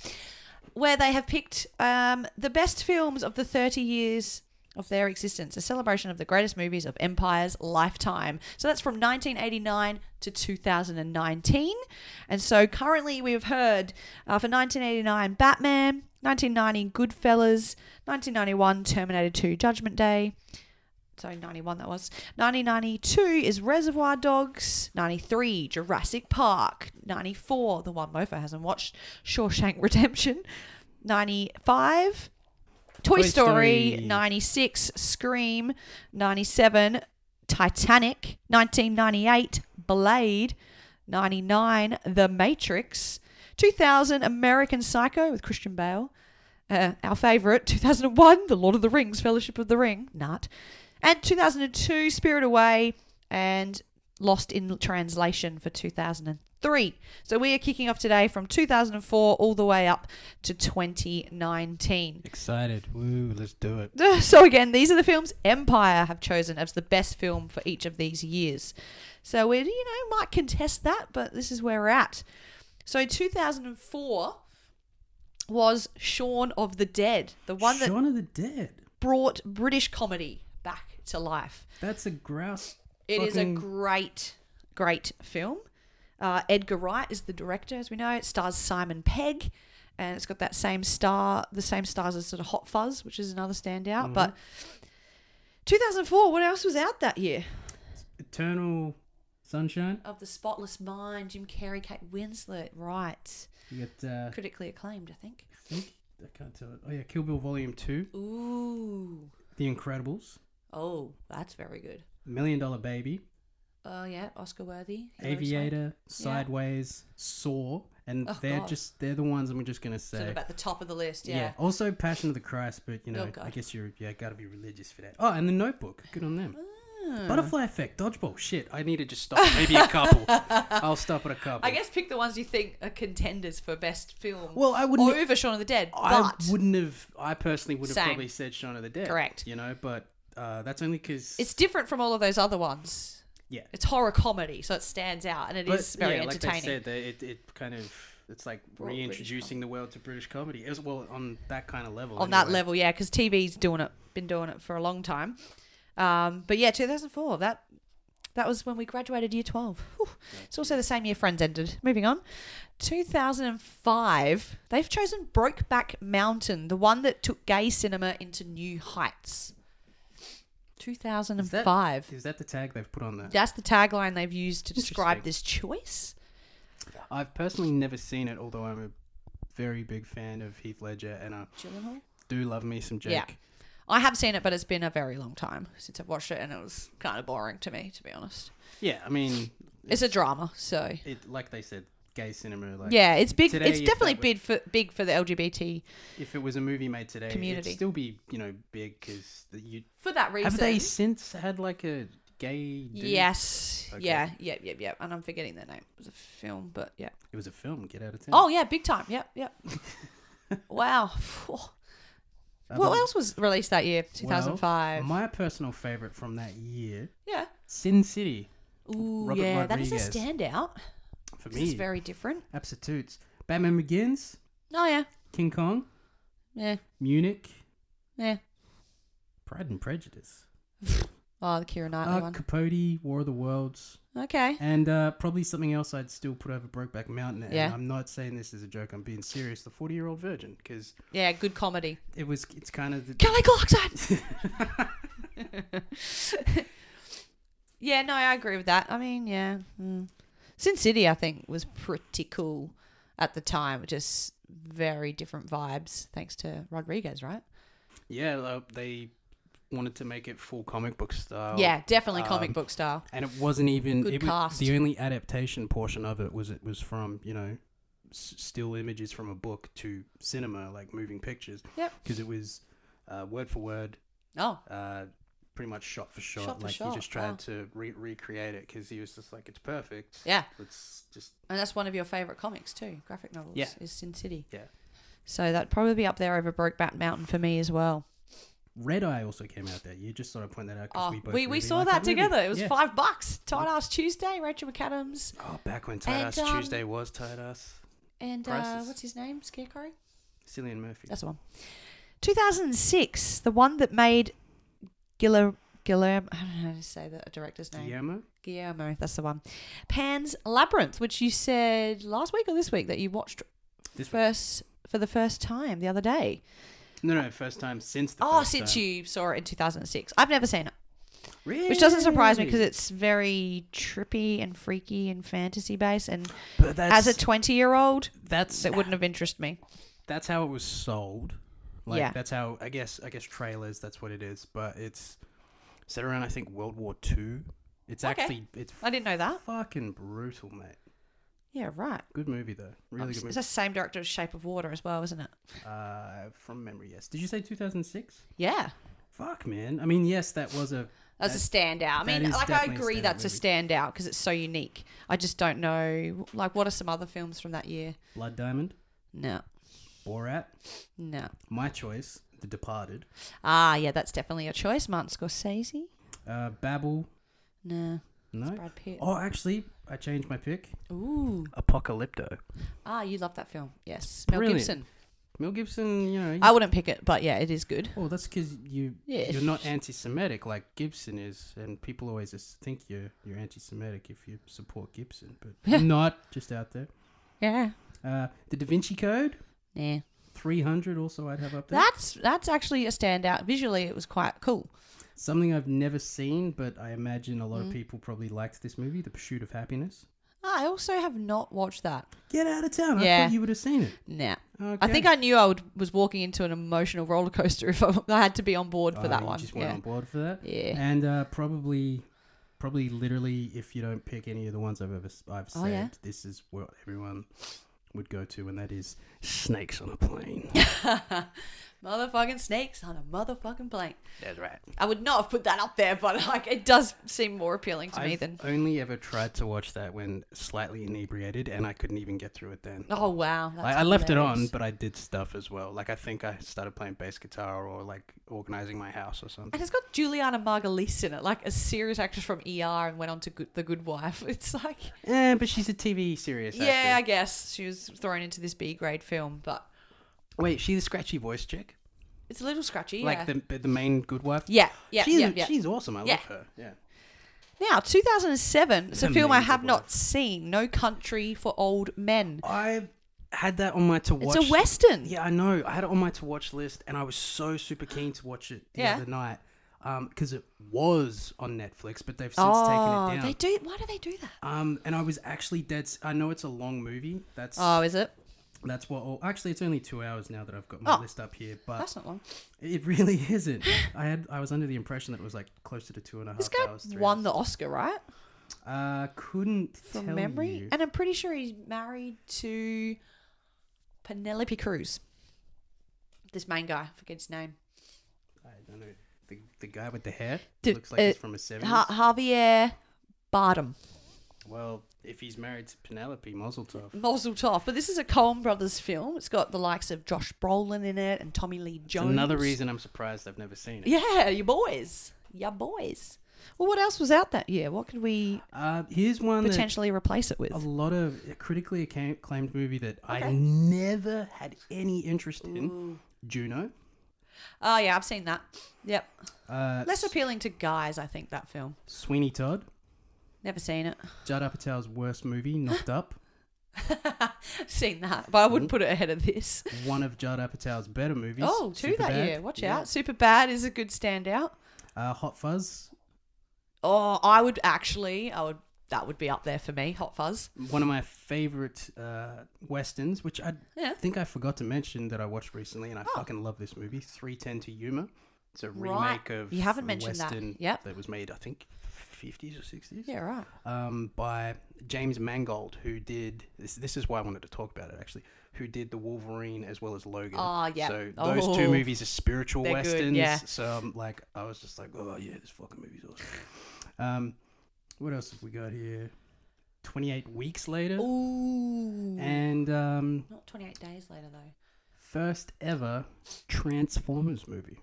where they have picked um, the best films of the 30 years of their existence, a celebration of the greatest movies of Empire's lifetime. So that's from 1989 to 2019. And so currently we have heard uh, for 1989 Batman, 1990 Goodfellas, 1991 Terminator 2 Judgment Day. Sorry, 91 that was. 1992 is Reservoir Dogs. 93 Jurassic Park. 94 the one Mofo hasn't watched Shawshank Redemption. 95 Toy,
Toy
Story.
Story.
96 Scream. 97 Titanic. 1998 Blade. 99 The Matrix. 2000 American Psycho with Christian Bale. Uh, our favorite, 2001, The Lord of the Rings, Fellowship of the Ring, nut. And 2002, Spirit Away, and Lost in Translation for 2003. So we are kicking off today from 2004 all the way up to 2019.
Excited. Woo, let's do it.
So again, these are the films Empire have chosen as the best film for each of these years. So we, you know, might contest that, but this is where we're at. So 2004 was Shaun of the Dead, the one that
Shaun of the Dead.
brought British comedy back to life.
That's a grouse.
It is a
fucking-
great, great film. Uh, Edgar Wright is the director, as we know. It stars Simon Pegg, and it's got that same star, the same stars as sort of Hot Fuzz, which is another standout.
Mm-hmm.
But 2004, what else was out that year?
Eternal Sunshine.
Of the Spotless Mind, Jim Carrey, Kate Winslet, right?
You got, uh,
Critically acclaimed, I think.
I think, I can't tell it. Oh, yeah, Kill Bill Volume 2.
Ooh,
The Incredibles.
oh, that's very good.
Million Dollar Baby.
Oh yeah, Oscar worthy. Hillary Swank.
Aviator, Sideways, Saw, and
Oh,
they're
God.
just they're the ones I'm just gonna say.
Sort of at the top of the list.
yeah.
Yeah.
Also Passion of the Christ, but you know,
Oh, God.
I guess you're yeah, gotta be religious for that. Oh, and the Notebook. Good on them. Butterfly Effect, Dodgeball. Shit, I need to just stop. at Maybe a couple. I'll stop at a couple.
I guess pick the ones you think are contenders for best film.
Well, I wouldn't-
over Shaun of the Dead,
I
but
wouldn't have. I personally would have
Same.
probably said Shaun of the Dead.
Correct.
You know, but uh, that's only because
it's different from all of those other ones.
yeah.
It's horror comedy, so it stands out and it is
But,
very
yeah, like they
entertaining.
said, they, it, it kind of it's like
British
reintroducing the world to British comedy as well on that kind of level.
on that
anyway.
level, yeah, because TV's doing it, been doing it for a long time. Um, but yeah, 2004. That that was when we graduated year 12. Whew. It's also the same year Friends ended. Moving on, 2005. They've chosen Brokeback Mountain, the one that took gay cinema into new heights.
Is that-
2005.
Is that the tag they've put on there?
That's the tagline they've used to describe
Interesting.
this choice.
I've personally never seen it, although I'm a very big fan of Heath Ledger, and I
Gyllenhaal?
do love me some Jake.
Yeah. I have seen it, but it's been a very long time since I've watched it, and it was kind of boring to me, to be honest.
Yeah, I mean,
It's a drama, so
it like they said, gay cinema. Like,
Yeah, it's big.
Today,
it's
if
definitely
that
big for big for the LGBT
if it was a movie made today,
Community.
it'd still be you know big because you
for that reason.
have they since had like a gay. Dude?
Yes.
Okay.
Yeah. Yep. Yep. Yep. And I'm forgetting the name. It was a film, but yeah.
it was a film. Get out of town.
Oh yeah, big time. Yep. Yep. wow. What else was released that year? 2005.
my personal favorite from that year,
yeah.
Sin City.
Ooh,
Robert
yeah. That is a
Rodriguez.
standout.
For
This is
me,
very different.
absolutes. Batman Begins,
Oh yeah.
King Kong,
Yeah.
Munich,
Yeah.
Pride and Prejudice,
Oh, the Kira Knightley
uh,
one.
Capote, War of the Worlds,
Okay.
and uh, probably something else I'd still put over Brokeback Mountain. And
Yeah.
I'm not saying this as a joke. I'm being serious. The Forty Year Old Virgin, because
Yeah, good comedy.
it was. It's kind of the,
Kelly Clarkson. yeah, no, I agree with that. I mean, yeah, mm. Sin City, I think, was pretty cool at the time. Just very different vibes, thanks to Rodriguez, right?
yeah. like, They wanted to make it full comic book style.
yeah, definitely
Oh,
comic
um,
book style.
and it wasn't even
Good
it was-
cast.
the only adaptation portion of it was it was from you know s- still images from a book to cinema like moving pictures
Yep.
because it was uh, word for word
Oh,
uh, pretty much shot for shot,
Shot for
like
shot,
he just tried
wow.
to re- recreate it because he was just like it's perfect
Yeah.
let's just
and that's one of your favorite comics too, graphic novels.
Yeah.
is Sin City.
Yeah.
So that'd probably be up there over Brokeback Mountain for me as well.
red eye also came out that year just thought i'd point that out 'cause
Oh,
we,
we,
both
we,
really
saw
liked
that,
movie.
together. It was
Yeah.
five bucks. Tight Ass Tuesday, Rachel McAdams.
oh back when tight
And,
ass
um,
tuesday was tight ass
And uh,
Prices.
what's his name? Scarecrow?
cillian murphy
That's the one. 2006, the one that made Guillermo, Guillermo I don't know how to say the director's name.
guillermo
Guillermo, that's the one. Pan's Labyrinth, which you said last week or this week that you watched
This one.
first for the first time the other day.
no no first time since the
Oh,
first
since
time.
you saw it in 2006. I've never seen it,
really?
which doesn't surprise me because it's very trippy and freaky and fantasy based. And
But
as
that's,
a 20 year old,
that's
that wouldn't have interested me.
that's how it was sold. Like
Yeah.
that's how I guess I guess trailers that's what it is, but it's set around I think World War Two. It's
Okay.
actually it's
I didn't know that.
fucking brutal, mate.
Yeah, right.
Good movie though. Really
it's
good
it's
movie.
the same director as Shape of Water as well, isn't it?
Uh, from memory, yes. Did you say 2006?
Yeah.
Fuck, man. I mean, yes, that was a
That's, a standout. I
that
mean,
is
like I
definitely a
agree
standout
that's a standout because it's so unique. I just don't know, like, what are some other films from that year?
Blood Diamond,
No,
Borat,
no.
my choice, The Departed,
Ah, yeah, that's definitely a choice. Martin Scorsese.
uh, Babel.
No.
No.
Brad Pitt.
Oh, actually, I changed my pick.
Ooh.
Apocalypto.
Ah, you love that film. Yes. Mel
brilliant.
Gibson.
Mel Gibson, you know, he
I wouldn't pick it, but yeah, it is good.
Well, that's because you
Yeah.
you're not anti-Semitic like Gibson is, and people always just think you're you're anti-Semitic if you support Gibson, but I'm not. Just out there,
Yeah.
uh, the Da Vinci Code,
Yeah.
300. Also, I'd have up there
That's that's actually a standout. Visually, it was quite cool.
something I've never seen, but I imagine a lot of people probably liked this movie, The Pursuit of Happiness.
Ah, I also have not watched that.
Get out of town! I
Yeah.
thought you would have seen it.
Nah.
Okay.
I think I knew I would, was walking into an emotional roller coaster if I, I had to be on board for
Oh,
that
you
one.
Just went
Yeah.
on board for that.
Yeah.
and uh, probably probably literally if you don't pick any of the ones I've ever s- I've
Oh,
said,
yeah?
this is what everyone would go to, and that is snakes on a plane.
motherfucking snakes on a motherfucking plane.
That's right.
I would not have put that up there, but like it does seem more appealing to me
I've
than.
only ever tried to watch that when slightly inebriated, and I couldn't even get through it then.
Oh wow! that's
I, I left it on,
hilarious.
but I did stuff as well. Like I think I started playing bass guitar or like organizing my house or something.
And it's got Juliana Margulies in it, like a serious actress from ER, and went on to good, The Good Wife. It's like,
Eh, but she's a TV serious
yeah, I
actor.
guess she was thrown into this B grade film, but
Wait, she's a scratchy voice chick,
it's a little scratchy. Yeah,
like the but the main good wife.
yeah, yeah,
she's,
yeah, yeah.
she's awesome. I
Yeah.
love her. Yeah.
Now, 2007. It's a film I
Amazing
have not
Wife.
seen. No Country for Old Men.
I had that on my to watch.
It's a western.
Yeah, I know. I had it on my to watch list, and I was so super keen to watch it the
Yeah.
other night because it was on Netflix, but they've since
oh,
taken it down.
they do. Why do they do that?
Um, and I was actually dead. s- I know it's a long movie. That's
Oh, is it?
that's what. oh, actually, it's only two hours now that I've got my
Oh.
list up here, but
That's not long.
it really isn't. I had I was under the impression that it was like closer to two and a half
This guy
hours. three
won
hours.
the Oscar, right?
Uh, couldn't
From
tell
memory,
you.
and I'm pretty sure he's married to Penelope Cruz. This main guy, I forget his name.
I don't know. The, the guy with the hair
Dude,
looks like he's
uh,
from a seventies.
Ha- Javier Bardem,
Well, if he's married to Penelope Mozeltov.
Mazel Tov. But this is a Coen Brothers film. It's got the likes of Josh Brolin in it and Tommy Lee
It's
Jones.
another reason I'm surprised I've never seen it.
Yeah, your boys, your boys. Well, what else was out that year? What could we
Uh, here's one that
potentially replace it with?
a lot of a critically acca- acclaimed movie that I
Okay.
never had any interest in. Juno.
Oh yeah, I've seen that. Yep,
Uh,
less appealing to guys, I think that film.
Sweeney Todd.
Never seen it.
Judd Apatow's worst movie, Knocked Up.
seen that, but I wouldn't put it ahead of this.
One of Judd Apatow's better movies.
Oh, two that
Superbad.
year. Watch
Yeah.
out. Super Bad is a good standout.
Uh, Hot Fuzz.
Oh, I would actually, I would. That would be up there for me. Hot Fuzz.
One of my favorite uh, westerns, which I
Yeah.
think I forgot to mention that I watched recently, and I
Oh.
fucking love this movie, 310 to Yuma. It's a
Right.
remake of
You haven't
a
mentioned that.
western
Yep.
that was made, I think, 50s or 60s.
Yeah, right.
um, by James Mangold, who did this. This is why I wanted to talk about it actually. Who did the Wolverine as well as Logan?
Ah, yeah.
So those two
Oh.
movies are spiritual
They're good,
westerns.
yeah.
So um, like, I was just like, oh yeah, this fucking movie's awesome. um, what else have we got here? Twenty eight weeks later,
Ooh.
and um,
Not 28 days later though.
first ever Transformers movie.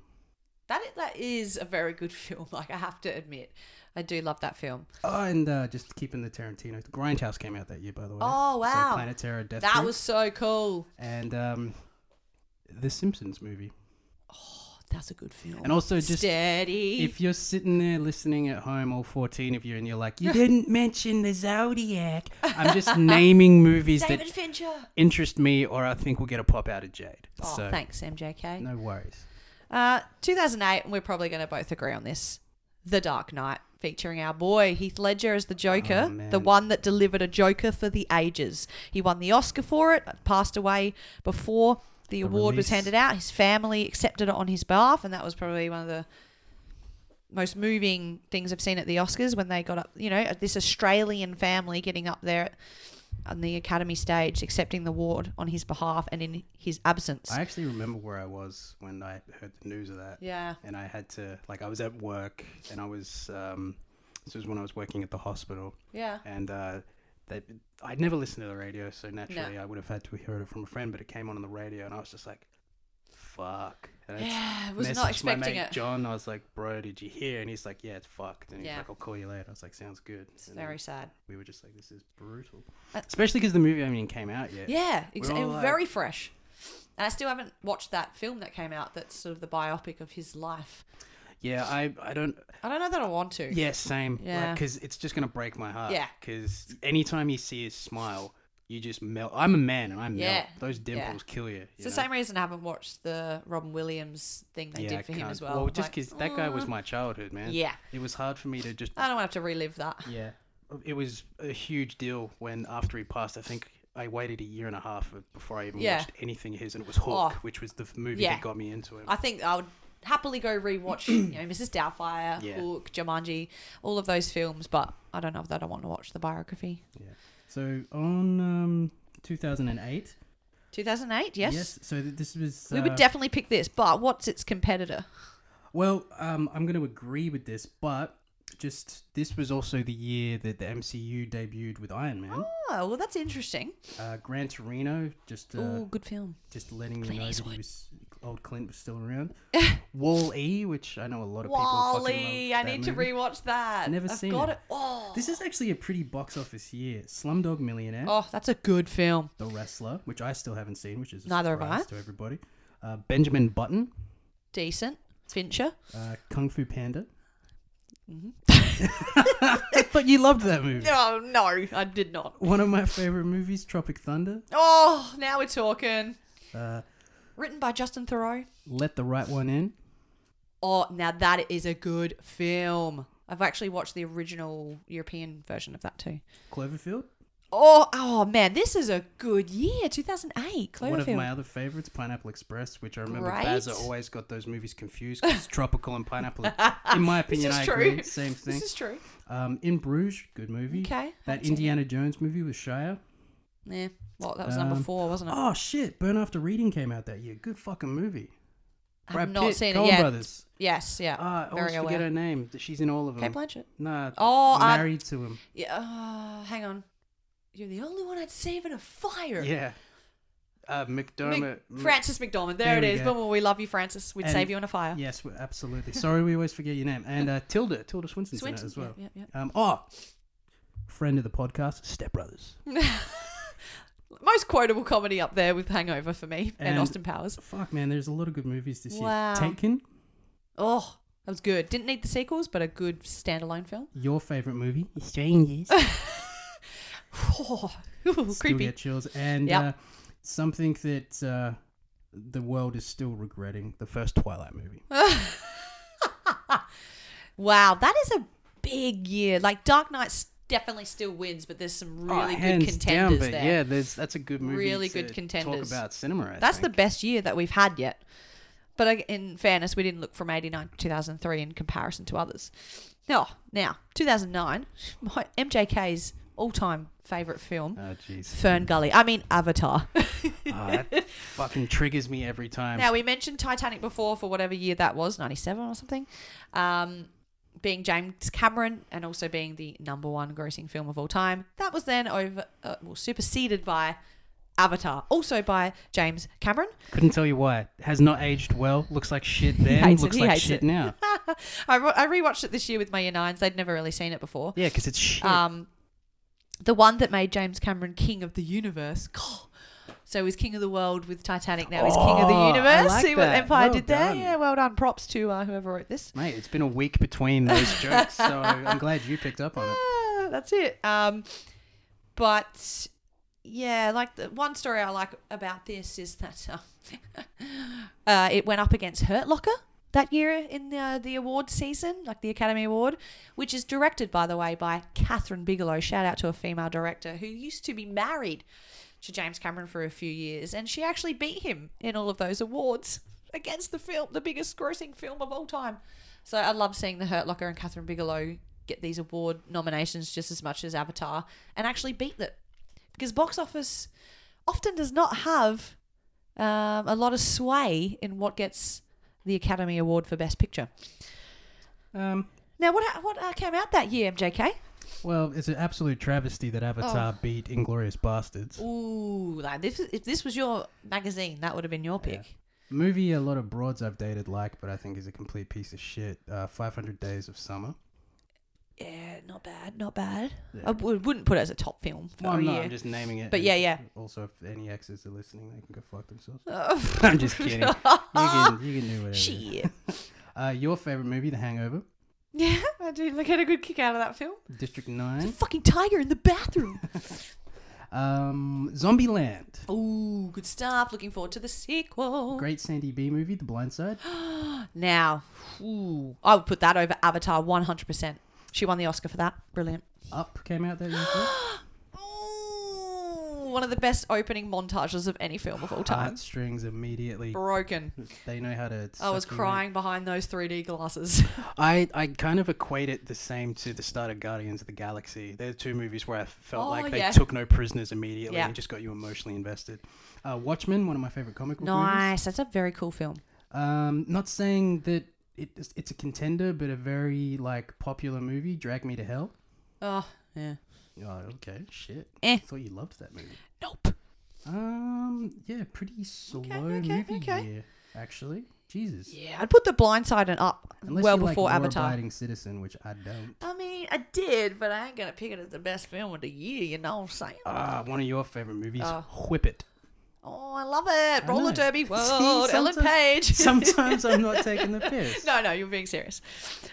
That i- that is a very good film. Like I have to admit, I do love that film.
Oh, and uh, just keeping the Tarantino. Grindhouse came out that year, by the way.
Oh, wow.
So Planet Terror, Death
that
Proof.
was so cool.
and um, the Simpsons movie.
That's a good film.
And also, just
steady.
if you're sitting there listening at home, all 14 of you, and you're like, you didn't mention the Zodiac. I'm just naming movies
David
that
Fincher.
interest me, or I think will get a pop out of Jade.
Oh,
so
thanks, MJK.
no worries.
Uh, 2008, and we're probably going to both agree on this. The Dark Knight, featuring our boy Heath Ledger as the
Oh,
Joker,
man.
the one that delivered a Joker for the ages. He won the Oscar for it, passed away before the, award was
release.
handed out. His family accepted it on his behalf, and that was probably one of the most moving things I've seen at the Oscars when they got up, you know, this Australian family getting up there on the Academy stage, accepting the award on his behalf and in his absence.
I actually remember where I was when I heard the news of that.
yeah.
And I had to, like, I was at work, and I was, um, this was when I was working at the hospital.
Yeah.
and uh, they, I'd never listened to the radio, so naturally I would have had to hear it from a friend. But it came on on the radio, and I was just like, "Fuck!" And I
Yeah,
just
was not
messaged my
expecting
mate
it.
John, I was like, "Bro, did you hear?" And he's like, "Yeah, it's fucked." And he's
Yeah.
like, "I'll call you later." I was like, "Sounds good."
It's
And then
very sad.
We were just like, "This is brutal,"
Uh,
especially because the movie haven't even came out yet.
Yeah,
all
exactly.
like-
Very fresh. And I still haven't watched that film that came out that's sort of the biopic of his life.
Yeah, I, I don't.
I don't know that I want to.
Yeah, same.
Yeah.
Because it's just gonna break my heart.
Yeah.
Because anytime you see his smile. You just melt. I'm a man, and I melt.
Yeah.
Those
Yeah.
dimples kill you. you
It's
know?
the same reason I haven't watched the Robin Williams thing they
I
did for him
can't-
as well.
Well, just
Like,
because that guy was
mm,
my childhood, man.
Yeah. Uh.
It was hard for me to just.
I don't want to have to relive that.
Yeah. It was a huge deal when after he passed, I think I waited a year and a half before I even
Yeah.
watched anything of his, and it was Hawk,
Oh.
which was the f- movie
Yeah.
that got me into him.
I think I would happily go rewatch, you know, Mrs. Doubtfire,
Yeah.
Hook, Jumanji, all of those films, but I don't know if I don't want to watch the biography.
So on um, 2008.
2008, yes.
so th- this was.
We would
uh,
definitely pick this, but what's its competitor?
Well, um, I'm going to agree with this, but just this was also the year that the MCU debuted with Iron Man.
Oh, well, that's interesting.
Uh, Gran Torino, just uh,
Oh, good film.
just letting you
Clint
know that
Eastwood.
he was old Clint was still around. Wall E, which I know a lot of people fucking
Wally,
love
I
that
need
movie.
to rewatch that.
Never
I've
seen
got
it.
it. Oh,
This is actually a pretty box office year. Slumdog Millionaire,
oh, that's a good film.
The Wrestler, which I still haven't seen, which is a
Neither have
surprise
I.
to everybody. Uh, Benjamin Button,
Decent. Fincher.
uh, Kung Fu Panda. but you loved that movie.
Oh, Mm-hmm. no, I did not.
One of my favorite movies, Tropic Thunder.
Oh, now we're talking.
Uh,
Written by Justin Thoreau.
Let the Right One In.
Oh, now that is a good film. I've actually watched the original European version of that too.
Cloverfield.
Oh, oh man, this is a good year, 2008. Cloverfield.
One of my other favorites, Pineapple Express, which I remember
Great.
Bazza always got those movies confused because tropical and pineapple. In my opinion,
is
I
true.
agree. Same thing.
This is true.
Um, In Bruges, good movie.
Okay, haven't
That
seen
Indiana Jones movie with Shia.
Yeah. Well, that was number
Um,
four, wasn't it?
Oh shit! Burn After Reading came out that year. Good fucking movie.
I've
Brad
not
Pitt,
seen it
Coen
yet.
Brothers.
yes, yeah.
Ah, I always
very
forget
aware.
her name. She's in all of them.
Kate Blanchett.
Nah.
Oh, uh,
married to him.
Yeah. Oh, hang on. You're the only one I'd save in a fire.
Yeah. Uh, McDermott.
Mc- Francis McDormand. There,
There
it
we
is.
go.
Boom, we love you, Francis. We'd
And-
save you in a fire.
Yes, we- absolutely. Sorry, we always forget your name. And uh, Tilda, Tilda Swinton's
Swinton,
in it as well.
yeah, yeah,
Um, oh, friend of the podcast, Step Brothers.
Most quotable comedy up there with Hangover for me and,
And-
Austin Powers.
Fuck, man, there's a lot of good movies this
Wow.
year. Taken,
Oh, that was good. Didn't need the sequels, but a good standalone film.
your favorite movie, Strangers.
Oh,
Still
creepy.
get chills. And
Yep.
uh, something that uh, the world is still regretting, the first Twilight movie.
Wow, that is a big year. Like Dark Knight s- definitely still wins, but there's some
Oh,
really
hands
good
down,
contenders
but
there.
Yeah, there's, that's a good movie
Really
to
good
talk
contenders.
about cinema, I
That's the
think.
best year that we've had yet. But I- in fairness, we didn't look from 89 to 2003 in comparison to others. Oh, now, 2009, my MJK's all time favourite film,
Oh, jeez.
Fern Gully. I mean, Avatar.
Ah, that fucking triggers me every time.
Now we mentioned Titanic before for whatever year that was, ninety seven or something. Um, being James Cameron and also being the number one grossing film of all time, that was then over, uh, well, superseded by Avatar, also by James Cameron.
Couldn't tell you why. Has not aged well. Looks like shit then.
hates it,
looks
he
like
hates
shit
it.
now.
I, re- I rewatched it this year with my year nines; they'd never really seen it before.
Yeah, because it's shit.
Um, the one that made James Cameron king of the universe. So he's king of the world with Titanic. Now he's king of
Oh, I
the universe.
like
See what
that.
Empire
Well
did
done.
there? Yeah, well done. Props to uh, whoever wrote this.
Mate, it's been a week between those jokes, so I'm glad you picked up on it.
Ah, that's it. Um, but yeah, like the one story I like about this is that uh, uh, it went up against Hurt Locker that year in the, the award season, like the Academy Award, which is directed, by the way, by Catherine Bigelow. Shout out to a female director who used to be married to James Cameron for a few years, and she actually beat him in all of those awards against the film, the biggest grossing film of all time. So I love seeing The Hurt Locker and Catherine Bigelow get these award nominations just as much as Avatar and actually beat them. Because box office often does not have um, a lot of sway in what gets the Academy Award for Best Picture.
Um,
Now, what what uh, came out that year, MJK?
well, it's an absolute travesty that Avatar
Oh.
beat Inglorious Bastards.
Ooh, like this, if this was your magazine, that would have been your pick.
Movie a lot of broads I've dated like, but I think is a complete piece of shit. Uh, 500 Days of Summer.
Yeah, not bad, not bad. I would, wouldn't put it as a top film for
Well,
a
I'm not,
year.
I'm just naming it.
But
and
Oh, yeah, yeah.
Also, if any exes are listening, they can go fuck themselves.
Oh,
I'm just kidding. You can, you can do whatever.
shit.
Uh, your favorite movie, The Hangover.
yeah, I do. I get a good kick out of that film.
District
The
9.
fucking tiger in the bathroom.
Um, Zombieland.
Ooh, good stuff. Looking forward to the sequel.
Great Sandy B movie, The Blind Side.
Now, ooh, I would put that over Avatar 100%. She won the Oscar for that. Brilliant.
Up came out that year. as well.
Ooh, Oh, one of the best opening montages of any film of all time.
Heartstrings immediately.
Broken.
They know how to.
I was
suck you in.
crying behind those 3D glasses.
I, I kind of equate it the same to the start of Guardians of the Galaxy. They're two movies where I felt
Oh,
like they
yeah.
took no prisoners immediately
Yeah.
and just got you emotionally invested. Uh, Watchmen, one of my favorite comic book movies.
nice. That's a very cool film.
Um, not saying that it, it's a contender, but a very like popular movie. Drag Me to Hell.
Oh, yeah.
Oh, okay, shit.
Eh.
Thought you loved that movie.
Nope.
Um, yeah, pretty slow
okay,
movie
okay.
year, actually. Jesus.
Yeah, I'd put The Blind Side and up
Unless
well
you
before
like
Avatar.
Law-abiding citizen, which I don't.
I mean, I did, but I ain't gonna pick it as the best film of the year. You know what I'm saying?
Ah, one of your favorite movies,
Oh.
Whip It.
Oh, I love it. Roller
know.
derby
See,
world. Ellen
sometimes-
Page.
Sometimes I'm not taking the piss.
no, no, you're being serious.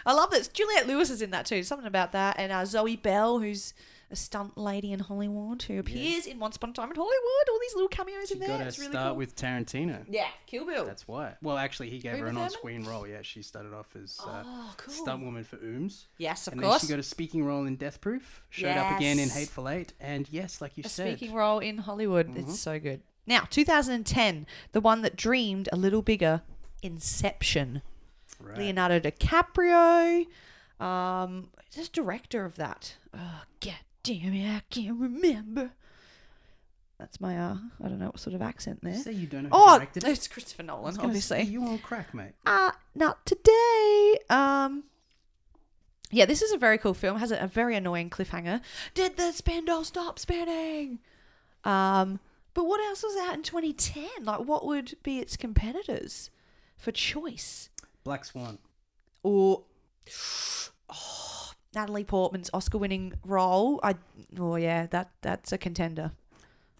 I love that Juliette Lewis is in that too. Something about that, and uh, Zoe Bell, who's a stunt lady in Hollywood, who appears in Once Upon a Time in Hollywood. All these little cameos in
you
there.
gotta
It's really
start
cool.
with Tarantino.
yeah, Kill Bill.
That's why. Well, actually, he gave her
Uma
an
Thurman?
on-screen role. Yeah, she started off as uh,
Oh, cool.
stunt woman for Ooms.
yes, of
and
course.
then she got a speaking role in Death Proof. Showed up again in
Yes.
Hateful Eight, and yes, like you
a
said,
speaking role in Hollywood.
Mm-hmm.
It's so good. Now, 2010, the one that dreamed a little bigger, Inception.
right.
Leonardo DiCaprio, um, just director of that. Oh, God damn it, I can't remember. That's my uh, I don't know what sort of accent
You
there.
say you don't know who
Oh,
directed it.
it's Christopher
I was
Nolan,
gonna say,
obviously.
you on crack, mate.
Uh, not today. Um, yeah, this is a very cool film. Has a, a very annoying cliffhanger. Did the spindle stop spinning? Um, but what else was out in 2010? Like, what would be its competitors for choice?
Black Swan.
Or oh, Natalie Portman's Oscar-winning role? I oh yeah, that that's a contender.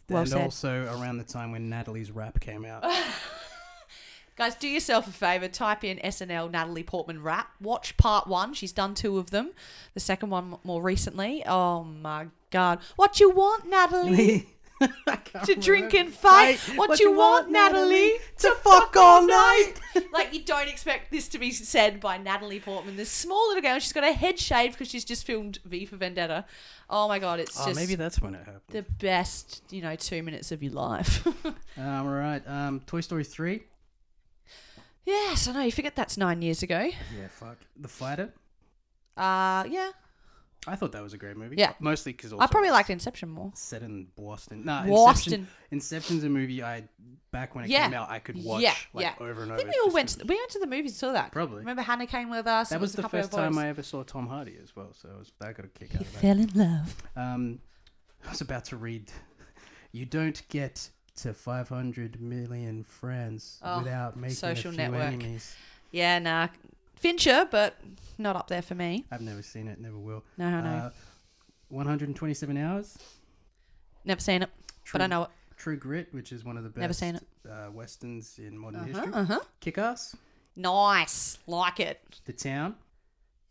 Well
and
said.
also around the time when Natalie's rap came out.
Guys, do yourself a favor. Type in SNL Natalie Portman rap. Watch part one. She's done two of them. The second one more recently. Oh my god! What you want, Natalie?
I can't
to drink
remember.
and fight. What, you want, Natalie?
To fuck all night.
like you don't expect this to be said by Natalie Portman. This small little girl. and She's got a head shaved because she's just filmed V for Vendetta. Oh my god! It's
Oh,
just
maybe that's when it happened.
the best. You know, two minutes of your life.
Um, all right. Um, Toy Story three.
yes, I know. You forget that's nine years ago.
Yeah, fuck the fighter.
Uh, yeah.
I thought that was a great movie.
Yeah.
mostly because
I probably liked Inception more.
set in Boston. Nah,
Boston.
Inception. Inception's a movie I back when it
Yeah.
came out I could watch
Yeah,
like
yeah.
over and
I
over.
think we all
just
went.
to-
To, we went to the movies and saw that.
Probably.
Remember Hannah came with us.
that
and
was
a
the
couple of
first time
boys.
I ever saw Tom Hardy as well, so it was, I got a kick out
He
of that.
fell in love.
Um, I was about to read. You don't get to 500 million friends
Oh,
without making
social
a few
network.
enemies.
Yeah, nah. Fincher, but not up there for me.
I've never seen it, never will.
No, I know.
Uh, 127 hours.
Never seen it, but I
True-
know it.
True Grit, which is one of the best
Never seen
Uh, westerns in modern
Uh-huh,
history.
uh-huh.
Kick Ass,
Nice, like it.
The Town,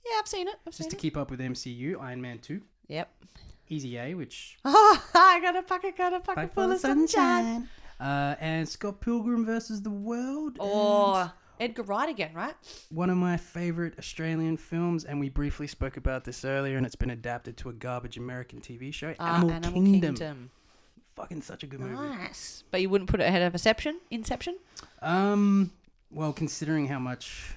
Yeah, I've seen it. I've
just
seen
to
it.
keep up with MCU, Iron Man 2,
Yep.
Easy A, which.
Oh, I got a pocket, got a pocket full, of sunshine.
Uh, and Scott Pilgrim versus the World. and
Oh, Edgar Wright again, right?
One of my favorite Australian films, and we briefly spoke about this earlier, and it's been adapted to a garbage American TV show,
Ah,
Animal, Kingdom.
Kingdom.
Fucking such a good movie.
Nice, but you wouldn't put it ahead of Inception. Inception.
Um, well, considering how much,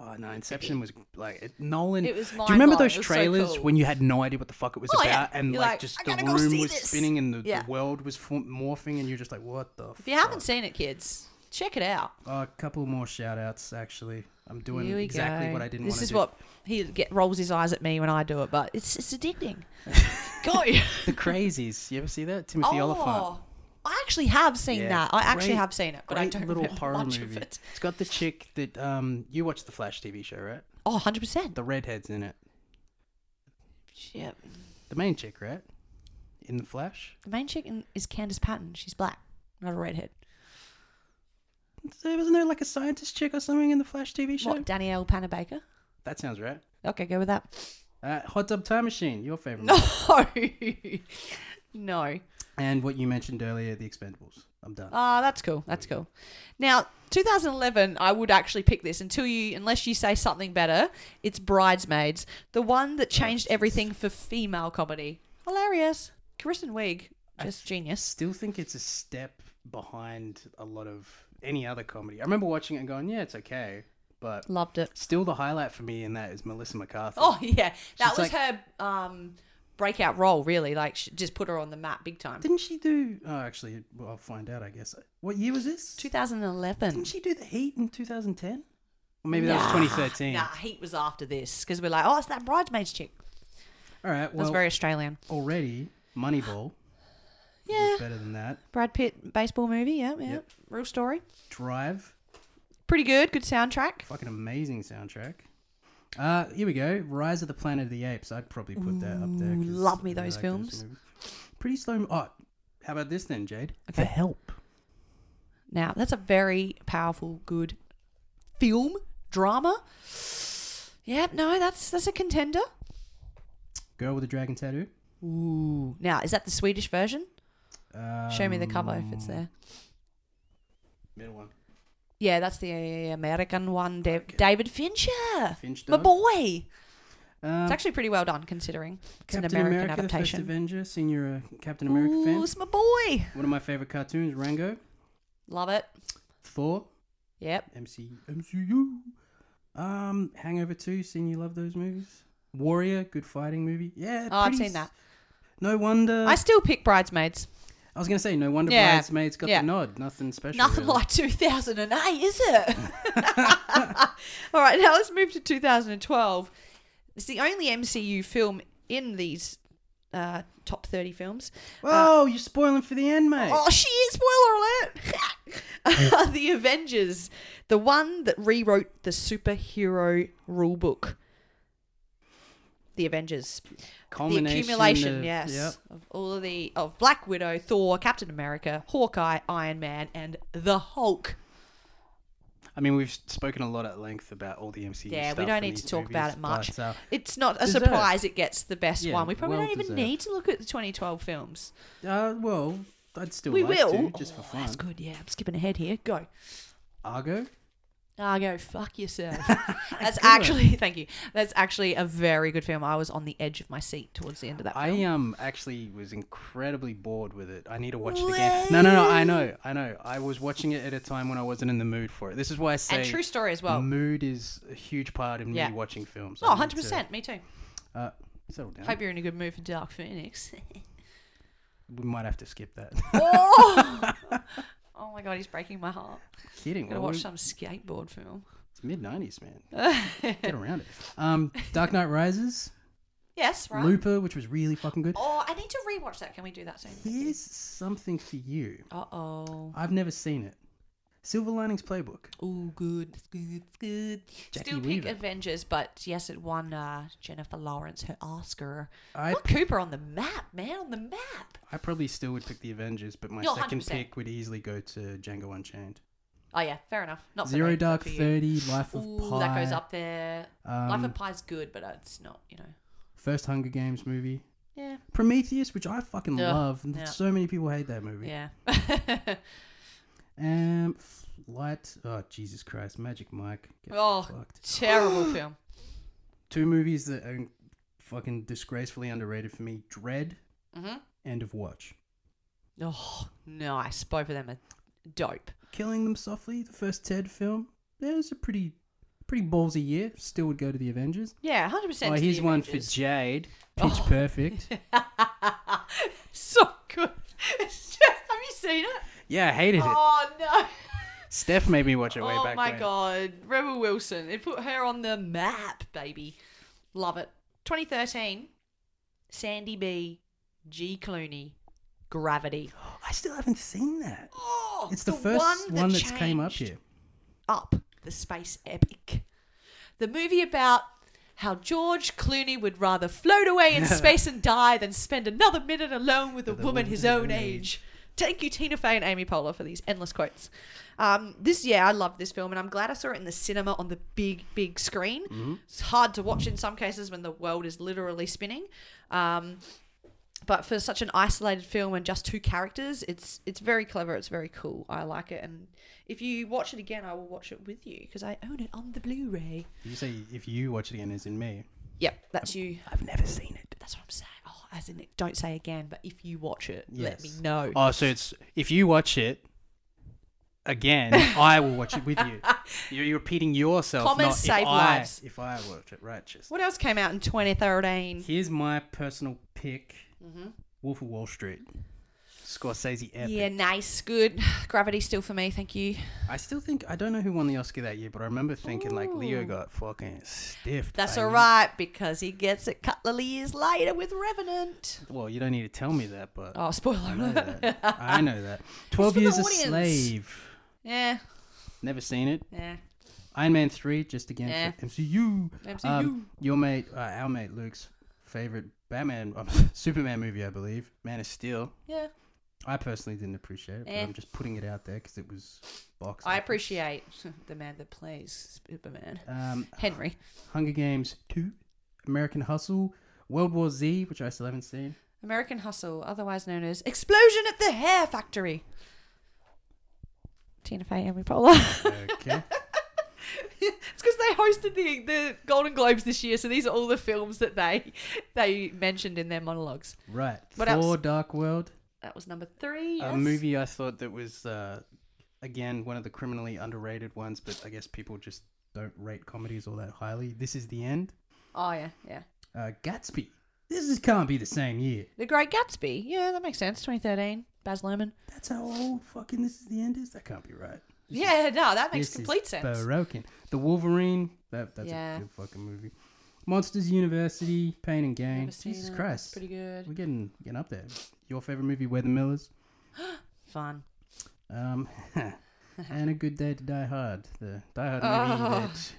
oh no, Inception was like it, Nolan.
It was
Do you remember
mind-blowing.
those
It was so
trailers
cool.
when you had no idea what the fuck it was
Oh,
about,
yeah.
and
You're
like,
like,
just
"I
the
gotta go
room
see
was
this."
spinning and the,
Yeah.
the world was form- morphing, and you're just like, what the?
If you haven't seen it, kids, check it out.
Oh, a couple more shout outs actually. I'm doing
Here we
exactly
go.
what I didn't
This
want to
is
do.
what he get, rolls his eyes at me when I do it, but it's it's addicting. go.
the Crazies. You ever see that? Timothy
Oh,
Oliphant.
I actually have seen
Yeah,
that. I actually
great-
have seen it, but I
great
don't
little
remember
horror
much
movie.
of it.
It's got the chick that um you watch the Flash TV show, right?
Oh, 100 percent.
The redhead's in it.
Yep.
The main chick, right? In the Flash.
The main chick in- is Candace Patton. She's black, not a redhead.
So wasn't there like a scientist chick or something in the Flash TV show?
What? Danielle Panabaker.
That sounds right.
Okay, go with that.
Uh, Hot Tub Time Machine, your favorite.
No.
movie.
no.
And what you mentioned earlier, The Expendables. I'm done.
Ah, that's cool. That's cool. Now, 2011, I would actually pick this until you, unless you say something better. It's Bridesmaids, the one that changed everything for female comedy. Hilarious. Kristen Wiig Just genius.
still think it's a step behind a lot of any other comedy. I remember watching it and going, yeah, it's okay, but
Loved it.
still the highlight for me in that is Melissa McCarthy.
Oh yeah, that
She's like-
was her um, breakout role. Really, like she just put her on the map big time.
Didn't she do? Oh, actually, well, I'll find out. I guess. What year was this?
2011.
Didn't she do the Heat in 2010? Or maybe that was 2013.
Nah, Heat was after this because we're like, oh, it's that bridesmaids chick.
All right.
That's
Well,
very Australian.
already Moneyball
Yeah,
was better than that.
Brad Pitt baseball movie. Yeah, yeah,
Yep.
real story.
Drive,
Pretty good. Good soundtrack.
fucking amazing soundtrack. Uh, here we go. Rise of the Planet of the Apes. I'd probably put that up there. 'cause
love me
I really
those
like
films.
movies. Pretty slow. Oh, how about this then, Jade? The Help.
Now that's a very powerful, good film drama. Yep. No, that's that's a contender.
Girl with a Dragon Tattoo.
Ooh. Now is that the Swedish version?
Um,
Show me the cover if it's there.
Middle one.
Yeah, that's the uh, American one. Da- David Fincher,
Finch
my
dog.
boy.
Um,
It's actually pretty well done considering it's
Captain
an American
America, The First
adaptation.
Avenger, senior uh, Captain America
Ooh,
fan.
it's my boy.
One of my favorite cartoons, Rango,
Love it.
Thor,
Yep.
MC, MCU. Um, Hangover 2, seen you love those movies. Warrior, good fighting movie. Yeah,
Oh, I've
pretty
seen
s- uh,
that.
No wonder.
I
I,
still pick Bridesmaids.
was gonna say, no wonder
Yeah,
Bridesmaids got
yeah.
the nod. Nothing special.
Nothing
really.
like 2008, is it? All right, now let's move to 2012. It's the only MCU film in these uh, top 30 films.
Whoa, you're spoiling for the end, mate.
Oh shit! Spoiler alert! Uh, the Avengers, the one that rewrote the superhero rulebook. The Avengers, the
Culmination
accumulation,
of-
yes,
Yep.
of all of the of Black Widow, Thor, Captain America, Hawkeye, Iron Man, and the Hulk.
I mean, we've spoken a lot at length about all the MCU.
Yeah, we
stuff
don't
in
need to
these
talk about
movies,
it much.
but, uh,
it's not a
deserved.
surprise it gets the best
Yeah,
one. We probably
well
don't even
deserved.
need to look at the 2012 films.
uh, well, I'd still
We
like
will. Oh,
to, just for fun.
That's good. Yeah, I'm skipping ahead here. Go.
Argo.
Ah, go fuck yourself. That's actually thank you. That's actually a very good film. I was on the edge of my seat towards the end of that.
I
film.
um actually was incredibly bored with it. I need to watch it again. No, no, no. I know, I know. I was watching it at a time when I wasn't in the mood for it. This is why I say
and true story as well.
mood is a huge part of
Yeah.
me watching films.
Oh,
I need
100
to,
percent. Me too.
Uh, settle down.
Hope you're in a good mood for Dark Phoenix.
we might have to skip that.
oh! Oh my god, he's breaking my heart.
Kidding.
I'm gonna
well,
watch
we-
some skateboard film.
It's mid '90s, man. Get around it. Um, Dark Knight Rises,
Yes, right.
Looper, which was really fucking good.
Oh, I need to rewatch that. Can we do that soon?
Here's something for you.
Uh oh.
I've never seen it. Silver Linings Playbook.
Oh, good. It's good. It's good.
Jackie
Still pick
Weaver.
Avengers, but yes, it won uh, Jennifer Lawrence her Oscar.
I
Put Cooper on the map, man, on the map.
I probably still would pick the Avengers, but my
No,
2nd
100%.
pick would easily go to Django Unchained.
Oh yeah, fair enough. Not for
Zero
me, but
Dark
for you.
Thirty, Life of
Ooh,
Pi,
that goes up there. Life
um,
of Pi's good, but it's not, you know.
first Hunger Games movie,
Yeah,
Prometheus, which I fucking
Ugh,
love. and
yeah.
So many people hate that movie.
yeah.
Um, Flight. Oh Jesus Christ, Magic Mike. Get
oh,
fucked.
terrible film.
Two movies that are fucking disgracefully underrated for me: Dread,
Mhm.
End of Watch.
Oh, nice. Both of them are dope.
Killing Them Softly, the first Ted film. That was a pretty, pretty ballsy year. Still would go to the Avengers.
Yeah, hundred percent.
Oh, here's one for Jade. Pitch
Oh.
Perfect.
so good. It's just- Have you seen it?
Yeah, I hated it.
Oh no.
Steph made me watch it way
Oh
back
my
when.
god, Rebel Wilson. It put her on the map, baby. Love it. 2013, Sandy B, G Clooney, Gravity.
I still haven't seen that.
Oh,
It's the, first one, that's came up
changed
here.
Up the space epic, the movie about how George Clooney would rather float away in space and die than spend another minute alone with a
With a
woman
woman
his
his
own
own
age. Thank you, Tina Fey and Amy Poehler, for these endless quotes. Um, this, yeah, I love this film, and I'm glad I saw it in the cinema on the big, big screen. It's hard to watch in some cases when the world is literally spinning. Um, but for such an isolated film and just two characters, it's it's very clever. It's very cool. I like it, and if you watch it again, I will watch it with you because I own it on the Blu-ray.
You say if you watch it again, it's in me.
Yep, that's you.
I've never seen it.
That's what I'm saying. Oh, as in don't say again, but if you watch it, let me
Yes.
know.
Oh, so it's if you watch it again, I will watch it with you. You're, you're repeating yourself.
Commas
not
save
if
lives.
I, if I watch it, righteous.
What else came out in 2013?
Here's my personal pick: Wolf of Wall Street, Scorsese epic.
Mm-hmm. Yeah, nice, good. Gravity still for me, thank you.
I still think I don't know who won the Oscar that year, but I remember thinking like Leo
Ooh.
got fucking stiffed.
That's
baby.
all right because he gets it a couple of years later with Revenant.
Well, you don't need to tell me that, but
Oh, spoiler
Uh, I know
alert.
that. I know that. Twelve
for the
Years a
audience.
Slave.
yeah,
Never seen it.
yeah.
Iron Man three, just again
Yeah.
for MCU.
MCU.
your mate, uh, our mate Luke's favorite Batman, um, Superman movie, I believe. Man of Steel.
Yeah,
I personally didn't appreciate it, but
Eh.
I'm just putting it out there because it was box.
I
office.
appreciate the man that plays Superman,
Um,
Henry.
Hunger Games two, American Hustle, World War Z, which I still haven't seen.
American Hustle, otherwise known as Explosion at the Hair Factory. Tina Fey, Amy Poehler.
Okay.
it's because they hosted the, the Golden Globes this year, so these are all the films that they they mentioned in their monologues.
Right.
What
Thor:
else?
Dark World,
That was number three.
a
yes.
movie I thought that was uh, again one of the criminally underrated ones, but I guess people just don't rate comedies all that highly. This is the end.
Oh yeah, yeah.
Uh, Gatsby. This is, can't be the same year.
The Great Gatsby. Yeah, that makes sense. 2013. Baz Luhrmann.
That's how old fucking This Is the End is. That can't be right.
Yeah, no, that makes
This
complete
is
sense.
Broken. The Wolverine. That, that's
Yeah.
a good fucking movie. Monsters University. Pain and Gain.
Never seen
Jesus
it.
Christ.
Pretty good.
We're getting getting up there. Your favorite movie, We're the Millers.
Fun.
Um, and a good day to die hard. The die hard movie
Oh.
that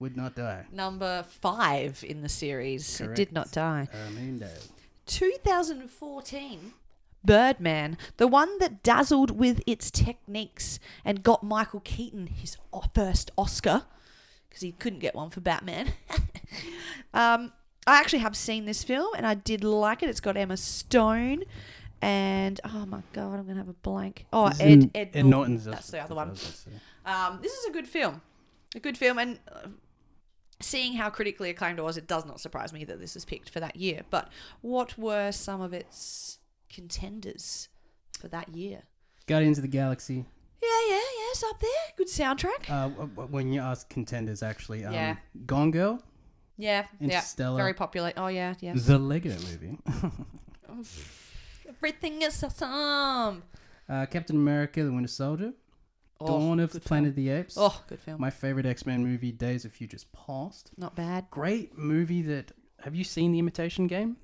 would not die.
Number five in the series. It did
Correct.
not die.
Uh, moon day.
2014 Birdman, the one that dazzled with its techniques and got Michael Keaton his o- first Oscar because he couldn't get one for Batman. um, I actually have seen this film and I did like it. It's got Emma Stone and oh my god, I'm gonna have a blank. Oh,
This is
Ed,
in-
Ed,
Ed
Norton.
Mm, Norton's.
That's the other one.
that's what I was
Um, this is a good film. A good film, and uh, seeing how critically acclaimed it was, it does not surprise me that this was picked for that year. But what were some of its contenders for that year?
Guardians of the Galaxy.
Yeah, yeah, yeah, it's up there. Good soundtrack.
Uh, w- w- when you ask contenders, actually, um,
Yeah.
Gone Girl,
Yeah, yeah,
Interstellar.
very popular. Oh yeah, yeah.
the Lego Movie,
Everything is awesome.
uh, Captain America: The Winter Soldier,
Oh,
Dawn of the
good
Planet of the Apes,
Film. Oh, good film.
my favorite X Men movie, Days of Futures Past.
Not bad.
Great movie. That have you seen The Imitation Game?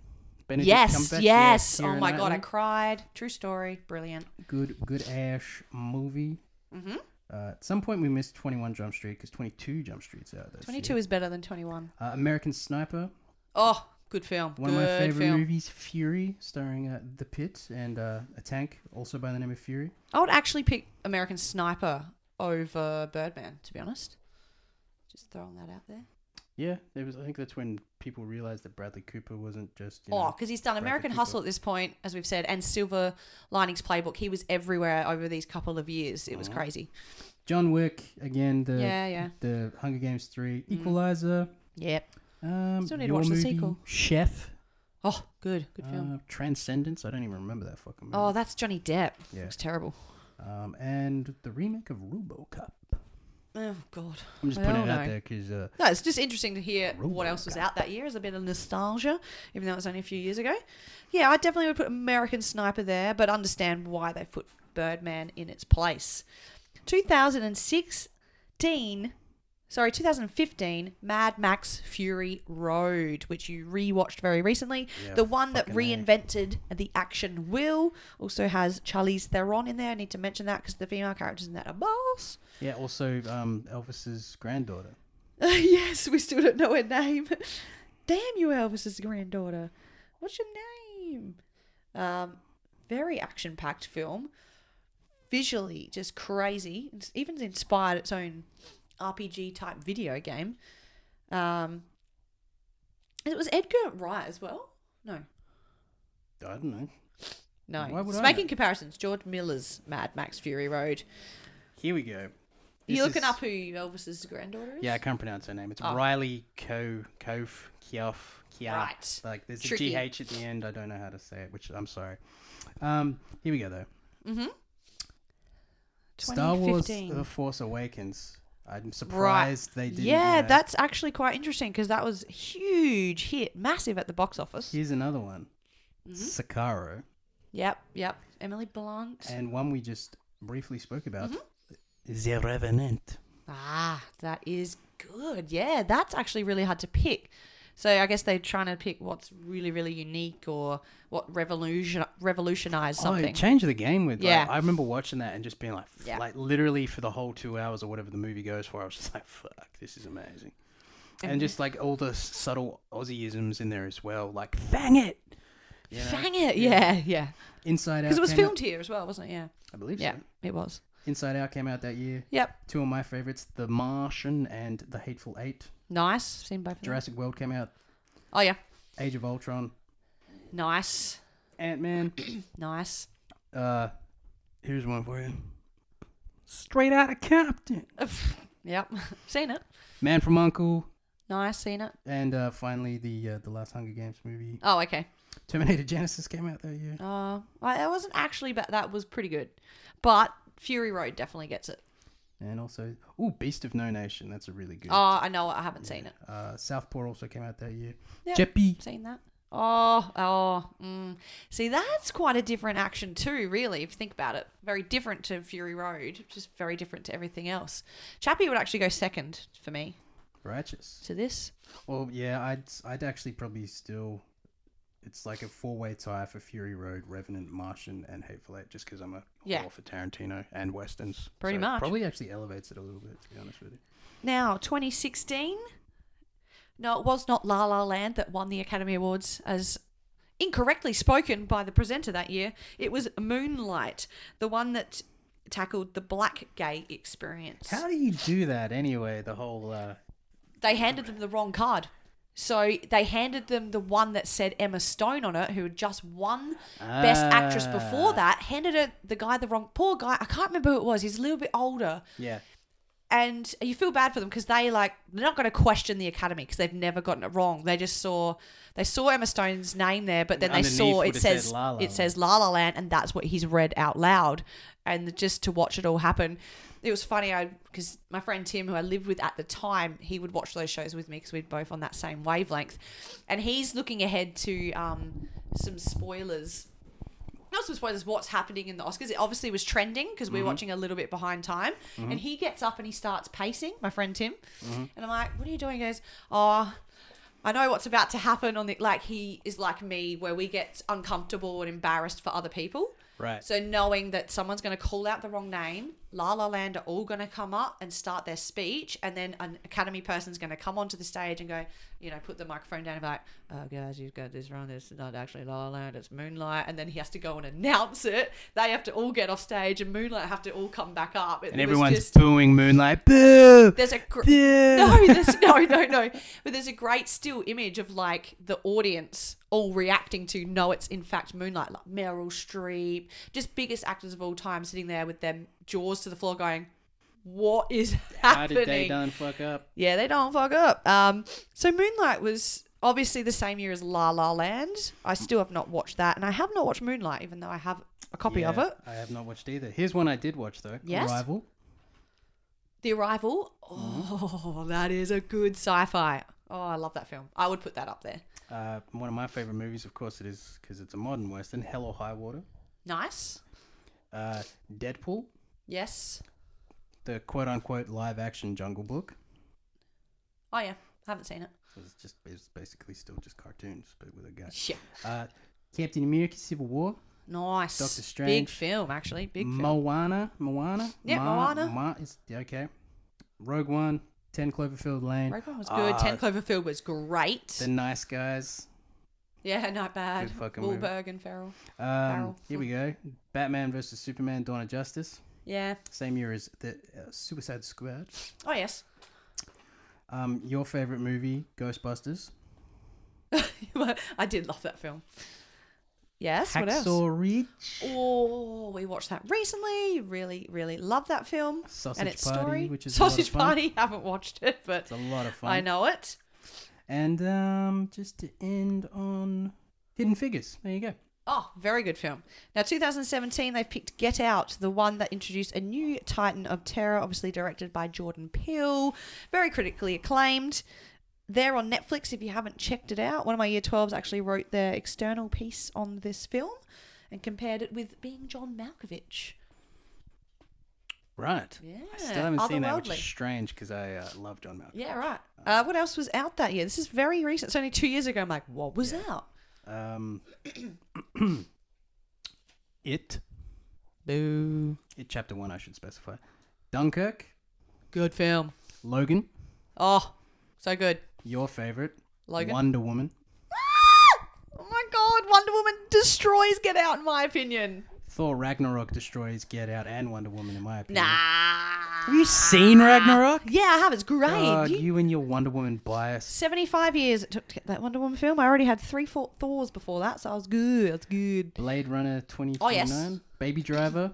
Benedict
Yes,
Cumberbatch,
yes.
yeah,
oh
Keira
my god, I
Knightley.
cried. True story. Brilliant.
good good ash movie.
Mhm.
Uh, at some point, we missed Twenty One Jump Street because Twenty Two Jump Street's out. This
Twenty two
year.
is better than twenty one.
Uh, American Sniper,
Oh, good film.
one of
good
my favorite
film.
movies, Fury, starring uh, The Pit and uh, a tank, also by the name of Fury.
I would actually pick American Sniper over Birdman, to be honest. Just throwing that out there.
Yeah, it was. I think that's when people realized that Bradley Cooper wasn't just. You
Oh, 'cause
know,
oh, because he's done
Bradley
American
Cooper.
Hustle at this point, as we've said, and Silver Linings Playbook. He was everywhere over these couple of years. It was
Uh-huh.
crazy.
John Wick again. The
Yeah, yeah.
The Hunger Games three, Equalizer.
Yep.
Um,
Still need to
your
watch the
movie,
sequel.
Chef.
Oh, good, good film.
Uh, Transcendence. I don't even remember that fucking movie.
Oh, that's Johnny Depp.
Yeah.
It was terrible.
Um, and the remake of RoboCop.
Oh God.
I'm just
Well,
putting it out
no.
there because uh,
No, it's just interesting to hear what
Robocop.
else was out that year as a bit of nostalgia, even though it was only a few years ago. Yeah, I definitely would put American Sniper there, but understand why they put Birdman in its place. 2016, sorry, 2015, Mad Max Fury Road, which you rewatched very recently.
Yeah,
the one that
fucking A.
reinvented the action will also has Charlize Theron in there. I need to mention that because the female characters in that are boss.
yeah, also um, Elvis's granddaughter.
Uh, yes, we still don't know her name. Damn you, Elvis's granddaughter. What's your name? Um, very action packed film. Visually, just crazy. It's even inspired its own RPG type video game. Um, it was Edgar Wright as well. No,
I don't know.
no.
Why would
It's
I
making
know?
comparisons. George Miller's Mad Max Fury Road.
Here we go.
You're
This
looking
is-
up who Elvis's granddaughter is?
Yeah, I can't pronounce her name. It's
Oh.
Riley Ko Kof Kiof Kia.
Right.
Like there's
Tricky.
a GH at the end. I don't know how to say it, which I'm sorry. Um, here we go though. Star Wars: uh,
2015.
The Force Awakens. I'm surprised they didn't.
yeah,
you know-
that's actually quite interesting because that was a huge hit, massive at the box office.
Here's another one.
Mm-hmm.
Sakaro,
Yep, yep. Emily Blunt.
and one we just briefly spoke about.
Mm-hmm.
The Revenant.
ah, that is good. Yeah, that's actually really hard to pick. So I guess they're trying to pick what's really, really unique or what revolution revolutionized
Oh, it
something.
changed the game with. Yeah.
Yeah.
Like, I remember watching that and just being like, f-
Yeah.
like literally for the whole two hours or whatever the movie goes for, I was just like, fuck, this is amazing. And just like all the s- subtle Aussieisms in there as well, like fang it, you know?
Fang it! Yeah, yeah.
Inside Out.
Because it was
came out-
filmed here as well, wasn't it? Yeah,
I believe
yeah.
so.
It was.
Inside Out came out that year.
Yep.
Two of my favorites, The Martian and The Hateful Eight.
Nice. Seen both. Of them.
Jurassic World came out.
Oh yeah.
Age of Ultron.
Nice.
Ant Man.
Nice.
uh, here's one for you. Straight out of Compton.
Yep. seen it.
Man from Uncle.
Nice. Seen it.
And uh, finally, the uh, the last Hunger Games movie,
Oh, okay.
Terminator Genesis, came out that year.
Uh, I, that wasn't actually, but that was pretty good. But Fury Road definitely gets it.
And also, oh, Beast of No Nation, that's a really good.
Oh, I know. it, I haven't seen it.
Uh, Southpaw also came out that year.
Yeah.
Jeppy.
Seen that. Oh, oh. Mm. See, that's quite a different action too. Really, if you think about it, very different to Fury Road. Just very different to everything else. Chappie would actually go second for me
Righteous.
to this.
Well, yeah, I'd I'd actually probably still. It's like a four way tie for Fury Road, Revenant, Martian, and Hateful Eight, just because I'm a
Yeah.
whore for Tarantino and westerns.
Pretty
So it
much.
Probably actually elevates it a little bit, to be honest with you.
Now, 2016. No, it was not La La Land that won the Academy Awards as incorrectly spoken by the presenter that year. It was Moonlight, the one that tackled the black gay experience.
How do you do that anyway? The whole uh,
They handed them the wrong card. So they handed them the one that said Emma Stone on it, who had just won Best Actress before
Ah.
that. Handed it the guy the wrong poor guy. I can't remember who it was. He's a little bit older.
yeah.
and you feel bad for them because they like they're not going to question the academy because they've never gotten it wrong. They just saw they saw Emma Stone's name there, but then they
Underneath
saw
would
it
have said
says
La La
it says La La Land, and that's what he's read out loud. And just to watch it all happen, it was funny. I because my friend Tim, who I lived with at the time, he would watch those shows with me because we'd both on that same wavelength, and he's looking ahead to um, some spoilers not some spoilers what's happening in the Oscars. It obviously was trending because we're watching a little bit behind time. And he gets up and he starts pacing, my friend Tim. And I'm like, what are you doing? He goes, oh, I know what's about to happen on the. Like, he is like me, where we get uncomfortable and embarrassed for other people.
Right.
So knowing that someone's going to call out the wrong name, La La Land are all going to come up and start their speech, and then an Academy person's going to come onto the stage and go, you know, put the microphone down and be like, "Oh, guys, you've got this wrong. This is not actually La La Land. It's Moonlight." And then he has to go and announce it. They have to all get off stage, and Moonlight have to all come back up. It
And
was
everyone's
just-
booing Moonlight. Boo!
there's a gr-
Boo!
no, there's no, no, no. But there's a great still image of like the audience all reacting to no, it's in fact Moonlight, like Meryl Streep, just biggest actors of all time sitting there with their jaws to the floor, going, "What is
How
happening?"
did they done fuck up?
Yeah, they don't fuck up. Um, so Moonlight was obviously the same year as La La Land. I still have not watched that, and I have not watched Moonlight, even though I have a copy of
Yeah,
it.
I have not watched either. Here's one I did watch though.
Yes?
Arrival.
The Arrival.
Mm-hmm.
Oh, that is a good sci-fi. Oh, I love that film. I would put that up there.
Uh, one of my favorite movies, of course, it is because it's a modern western. Hell or High Water.
Nice.
Uh, Deadpool,
Yes.
the quote unquote live action Jungle Book.
Oh yeah, haven't seen it.
So it's just it's basically still just cartoons, but with a guy.
Yeah.
Uh, Captain America: Civil War.
Nice.
Doctor
Big
Strange.
film, actually. Big film.
Moana. Moana.
Yeah, Moana.
Ma, is, yeah, okay. Rogue One. Ten Cloverfield Lane.
Rogue One was good.
Uh,
Ten Cloverfield was great.
The Nice Guys.
yeah, not bad.
Good fucking movie.
Wahlberg and Ferrell.
Um, here we go. Batman versus Superman: Dawn of Justice.
Yeah.
Same year as the uh, Suicide Squad.
Oh yes.
Um, your favorite movie, Ghostbusters.
I did love that film. Yes. what else?
Hacksaw Ridge,
Oh, we watched that recently. Really, really love that film
Sausage
and its
Party,
story.
which is a lot of
Sausage
fun.
Party. Haven't watched it, but
it's a lot of fun.
I know it.
And um, just to end on Hidden Figures. There you go.
Oh, very good film. Now, 2017, they've picked Get Out, the one that introduced a new titan of terror, obviously directed by Jordan Peele. Very critically acclaimed. They're on Netflix if you haven't checked it out. One of my year 12s actually wrote their external piece on this film and compared it with Being John Malkovich.
Right. I still
Yeah,
haven't seen that, which
otherworldly.
is strange because I uh, love John Malkovich.
Yeah, right. Uh, what else was out that year? This is very recent. It's only two years ago. I'm like, what was out?
Um, it.
Boo.
It chapter one, I should specify. Dunkirk,
Good film.
Logan,
Oh, so good.
your favorite.
Logan?
Wonder Woman.
Oh my god, Wonder Woman destroys Get Out, in my opinion.
Thor Ragnarok destroys Get Out and Wonder Woman, in my opinion.
Nah.
Have you seen Ragnarok?
Yeah, I have. It's great.
God,
You-
you and your Wonder Woman bias.
75 years it took to get that Wonder Woman film. I already had three four Thors before that, so I was good. That's good.
Blade Runner 2049.
Oh, yes.
Baby Driver.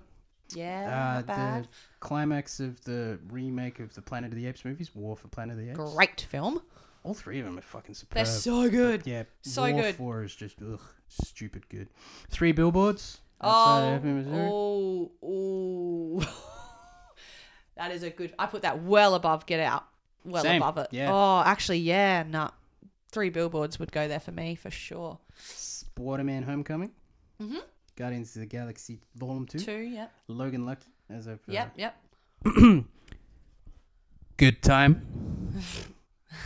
Yeah,
Uh,
not bad.
the climax of the remake of the Planet of the Apes movies, War for Planet of the Apes.
Great film.
All three of them are fucking superb.
They're so good.
yeah,
so
War
good.
4 is just ugh, stupid good. Three Billboards. outside
Oh,
Ebbing, Missouri.
oh, oh. that is a good. I put that well above Get Out, well
Same,
above it.
yeah.
Oh, actually, yeah, nah. Three billboards would go there for me for sure.
Spider-Man: Homecoming. Mm-hmm. Guardians of the Galaxy Volume Two.
Two, yep,
Logan Lucky as a
yep, yep.
good time.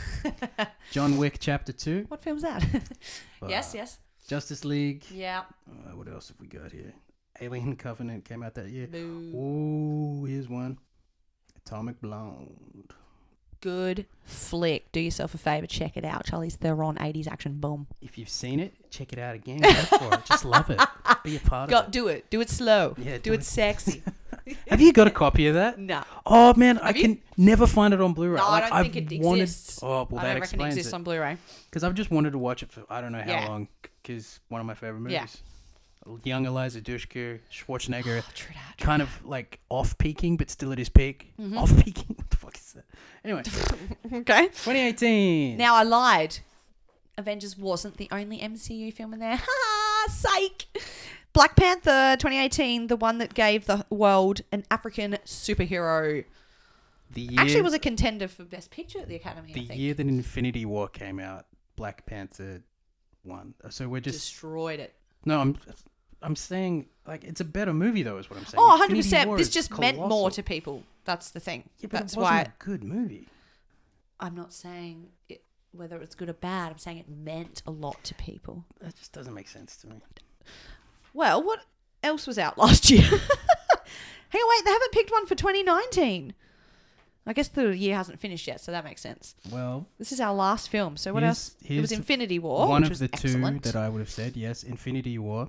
John Wick Chapter Two.
What film's that? yes, yes,
Justice League.
yeah.
Uh, what else have we got here? Alien Covenant came out that year.
Boo.
Ooh, here's one. Atomic Blonde.
Good flick. Do yourself a favor, check it out. Charlie's Theron, eighties action. Boom.
If you've seen it, check it out again. Go for it. Just love it. Be a part
Got
of
do it. Do it slow.
Yeah,
do,
do
it,
it.
sexy.
it. Have you got a copy of that?
nah.
Oh man, I
you?
can never find it on Blu-ray.
No, I
Like,
don't
I've
think it
wanted-
exists.
Oh, well, that
I don't reckon it
explains
exists
it.
on Blu-ray.
Because I've just wanted to watch it for I don't know how
Yeah.
long. Because one of my favorite
Yeah.
movies. Young Eliza Dushku, Schwarzenegger,
Oh, True dat, true
kind of like off peaking, but still at his peak.
Mm-hmm.
Off peaking? What the fuck is that? Anyway,
dat. Okay.
2018.
Now I lied. Avengers wasn't the only MCU film in there. Ha ha! Psych. Black Panther 2018, the one that gave the world an African superhero.
the year,
Actually, was a contender for Best Picture at the Academy.
the
I think.
year that Infinity War came out, Black Panther won. So we're just
destroyed it.
no. I'm I'm saying like it's a better movie though. Is what I'm saying.
Oh,
Infinity
100%.
War
This
is
just meant more
colossal.
to people. That's the thing.
Yeah, but
That's
it wasn't
why
a good movie.
I'm not saying it, whether it's good or bad. I'm saying it meant a lot to people.
That just doesn't make sense to me.
Well, what else was out last year? Hang on, wait, they haven't picked one for 2019. I guess the year hasn't finished yet, so that makes sense.
Well,
This is our last film, so what
Here's-
else? It was
here's
Infinity War,
one
which
of
was
the
excellent. Mm-hmm.
two that I would have said. Yes, Infinity War.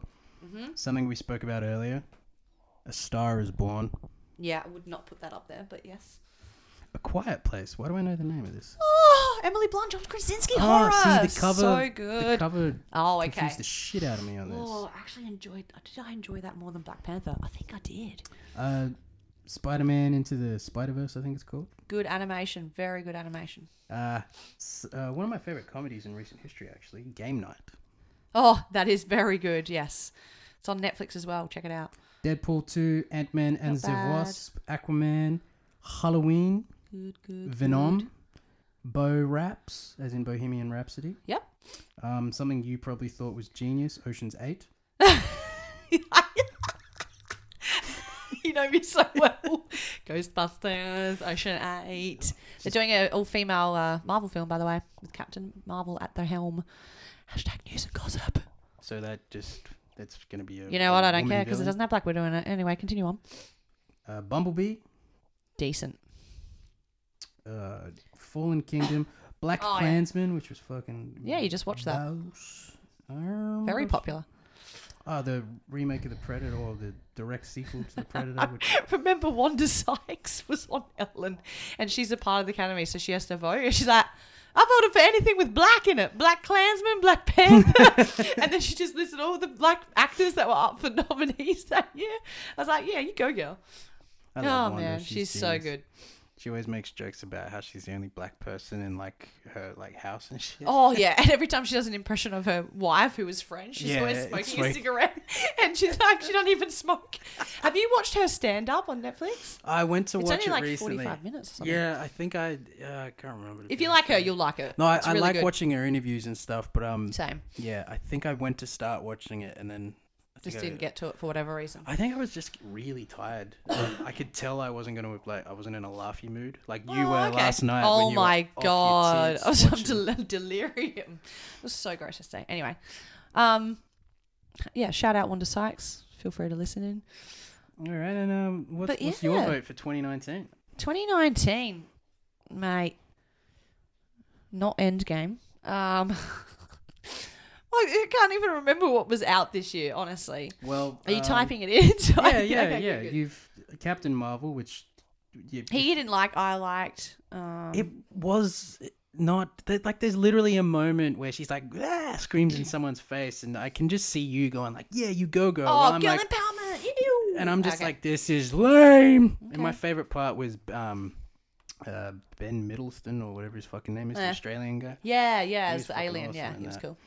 Something we spoke about earlier. A Star Is Born.
Yeah, I would not put that up there, but yes.
A Quiet Place. Why do I know the name of this?
Oh, Emily Blunt, John Krasinski horror. Ah, so
Ah, The
good.
cover.
Oh, okay.
Confused the shit out of me on
Oh,
this.
I actually enjoyed. uh, Did I enjoy that more than Black Panther? I think I did.
Uh, Spider-Man into the Spider-Verse. I think it's called.
Good animation, very good animation.
Uh, s- uh, one of my favorite comedies in recent history, actually, Game Night.
Oh, that is very good. Yes, it's on Netflix as well. Check it out.
Deadpool 2, Ant-Man and the
bad.
Wasp, Aquaman, Halloween,
Good, good.
Venom, Bo Raps, as in Bohemian Rhapsody.
Yep.
Um, something you probably thought was genius, Ocean's Eight.
you know me so well. Ghostbusters, Ocean Eight. They're doing an all-female uh, Marvel film, by the way, with Captain Marvel at the helm. Hashtag news and gossip.
So that just that's gonna be a
You know what?
a
I don't
woman
care because it
villain.
doesn't have Black Widow in it. Anyway, continue on.
Uh, Bumblebee,
Decent.
uh, Fallen Kingdom, Black
Oh, yeah.
Klansman, which was fucking
Yeah, you just watched that.
those. Um,
Very
those-
popular.
Ah, the remake of the Predator, or the direct sequel to the Predator. Which,
remember Wanda Sykes was on Ellen and she's a part of the academy, so she has to vote. And she's like, I voted for anything with black in it. Black Klansman, Black Panther. and then she just listed all the black actors that were up for nominees that year. I was like, yeah, you go, girl.
I love
Oh,
Wanda.
man. She's, so
genius.
good.
She always makes jokes about how she's the only black person in like her like house and shit.
Oh, yeah. And every time she does an impression of her wife, who was French, she's
Yeah,
always
it's
smoking a
sweet.
cigarette. And she's like, she doesn't even smoke. Have you watched her stand up on Netflix?
I went to
It's
watch
only
it
like
recently.
45 minutes or something.
Yeah, I think I uh, I can't remember. to
If
be
you
honest.
like her, you'll like it.
no, I,
It's
I
really
like
good.
watching her interviews and stuff, but um,
Same.
yeah, I think I went to start watching it and then I think
Just
I-
didn't get to it for whatever reason.
I think I was just really tired. Um, I could tell I wasn't gonna like I wasn't in a laughy mood like you
Oh,
were
okay.
last night.
Oh
when you were
my
off your
god,
tits
I was I'm
watching-
del- delirium. It was so gross yesterday. Anyway, um, yeah, shout out Wanda Sykes. Feel free to listen in.
All right, and um, what's,
But
what's your
yeah.
vote for 2019?
2019, mate. Not Endgame. Um, I can't even remember what was out this year. Honestly,
Well,
are you
um,
typing it in? So
Yeah,
I-
yeah,
okay, good,
yeah.
good.
You've Captain Marvel, which you,
He didn't like. I liked. Um,
it was not there- like there's literally a moment where she's like ah, screams in someone's face and i can just see you going like yeah you go girl
oh,
while I'm
girl
like-
empowerment. ew.
and i'm just
Okay.
like this is lame and my
Okay.
favorite part was um uh ben middleston or whatever his fucking name is the
Eh.
australian guy
yeah, yeah,
He
as
was
the
fucking
alien.
awesome
yeah,
in
he was
that.
cool.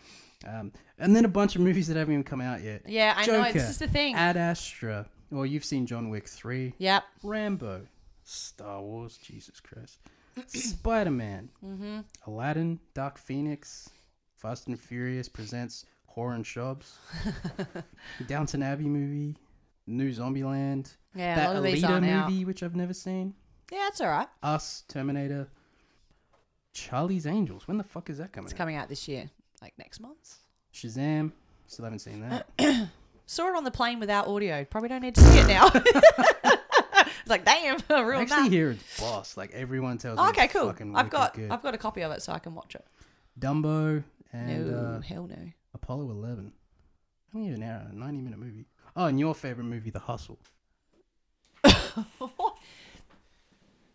um and then a bunch of movies that haven't even come out yet
Yeah, I know. This is the thing.
ad astra well you've seen john wick 3
yep.
Rambo, Star Wars, Jesus Christ, Spider Man,
Mm-hmm.
Aladdin, Dark Phoenix, Fast and Furious presents Horror and Shops, Downton Abbey movie, New Zombieland,
Yeah, a
that
lot of these
Alita
aren't
movie
out.
which I've never seen,
Yeah, it's all right.
Us, Terminator, Charlie's Angels. When the fuck is that coming?
It's
out?
coming out this year, like next month.
Shazam. Still haven't seen that.
Uh, Saw it on the plane without audio. Probably don't need to see it now. it's like, damn, I
I
ruined
actually
that.
hear it's boss. Like everyone tells me.
Oh, okay,
it's
cool.
fucking
I've
wicked
got
good.
I've got a copy of it, so I can watch it.
Dumbo and
no,
uh,
hell no.
Apollo 11. Only an hour, a 90 minute movie. Oh, and your favorite movie, The Hustle.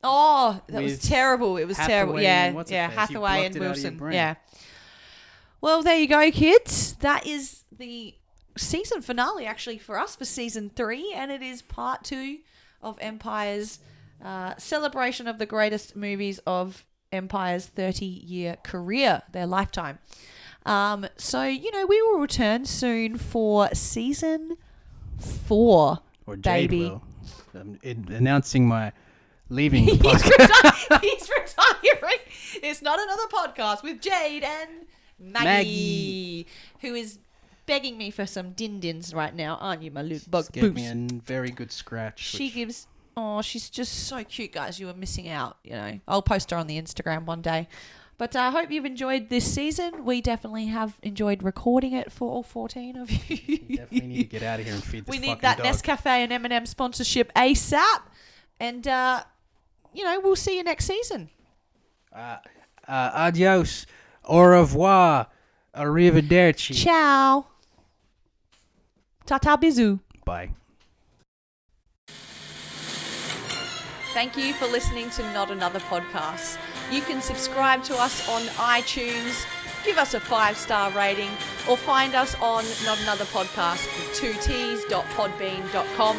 Oh, that was
With
terrible. It was terrible.
Hathaway
Yeah,
and what's her
yeah,
face? You
Hathaway
blocked it
and
out of your
Wilson.
brain.
Yeah. Well, there you go, kids. That is the season finale, actually, for us for season three, and it is part two of Empire's uh, celebration of the greatest movies of Empire's 30 year career, their lifetime. Um, so, you know, we will return soon for season four.
Or Jade
Baby.
Will. I'm in- announcing my leaving podcast.
He's retiring. It's not another podcast with Jade and Maggie,
Maggie.
who is begging me for some din dins right now, aren't you, my little bug
Gave
boobs?
me a n- very good scratch.
She
which-
gives. Oh, she's just so cute, guys. You were missing out. You know, I'll post her on the Instagram one day. But uh, I hope you've enjoyed this season. We definitely have enjoyed recording it for all 14 of you.
Definitely need to get out of here and feed this
we
fucking
need that
dog.
Nescafe and M&M sponsorship ASAP. And, uh, you know, we'll see you next season.
Uh, adios. Au revoir. Arrivederci.
Ciao. Tata bisou.
Bye.
Thank you for listening to Not Another Podcast. You can subscribe to us on iTunes, give us a five star rating, or find us on Not Another Podcast with two T's dot podbean dot com.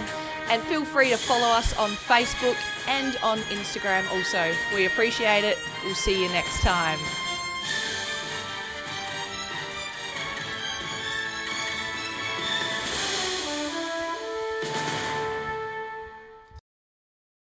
And feel free to follow us on Facebook and on Instagram also. We appreciate it. We'll see you next time.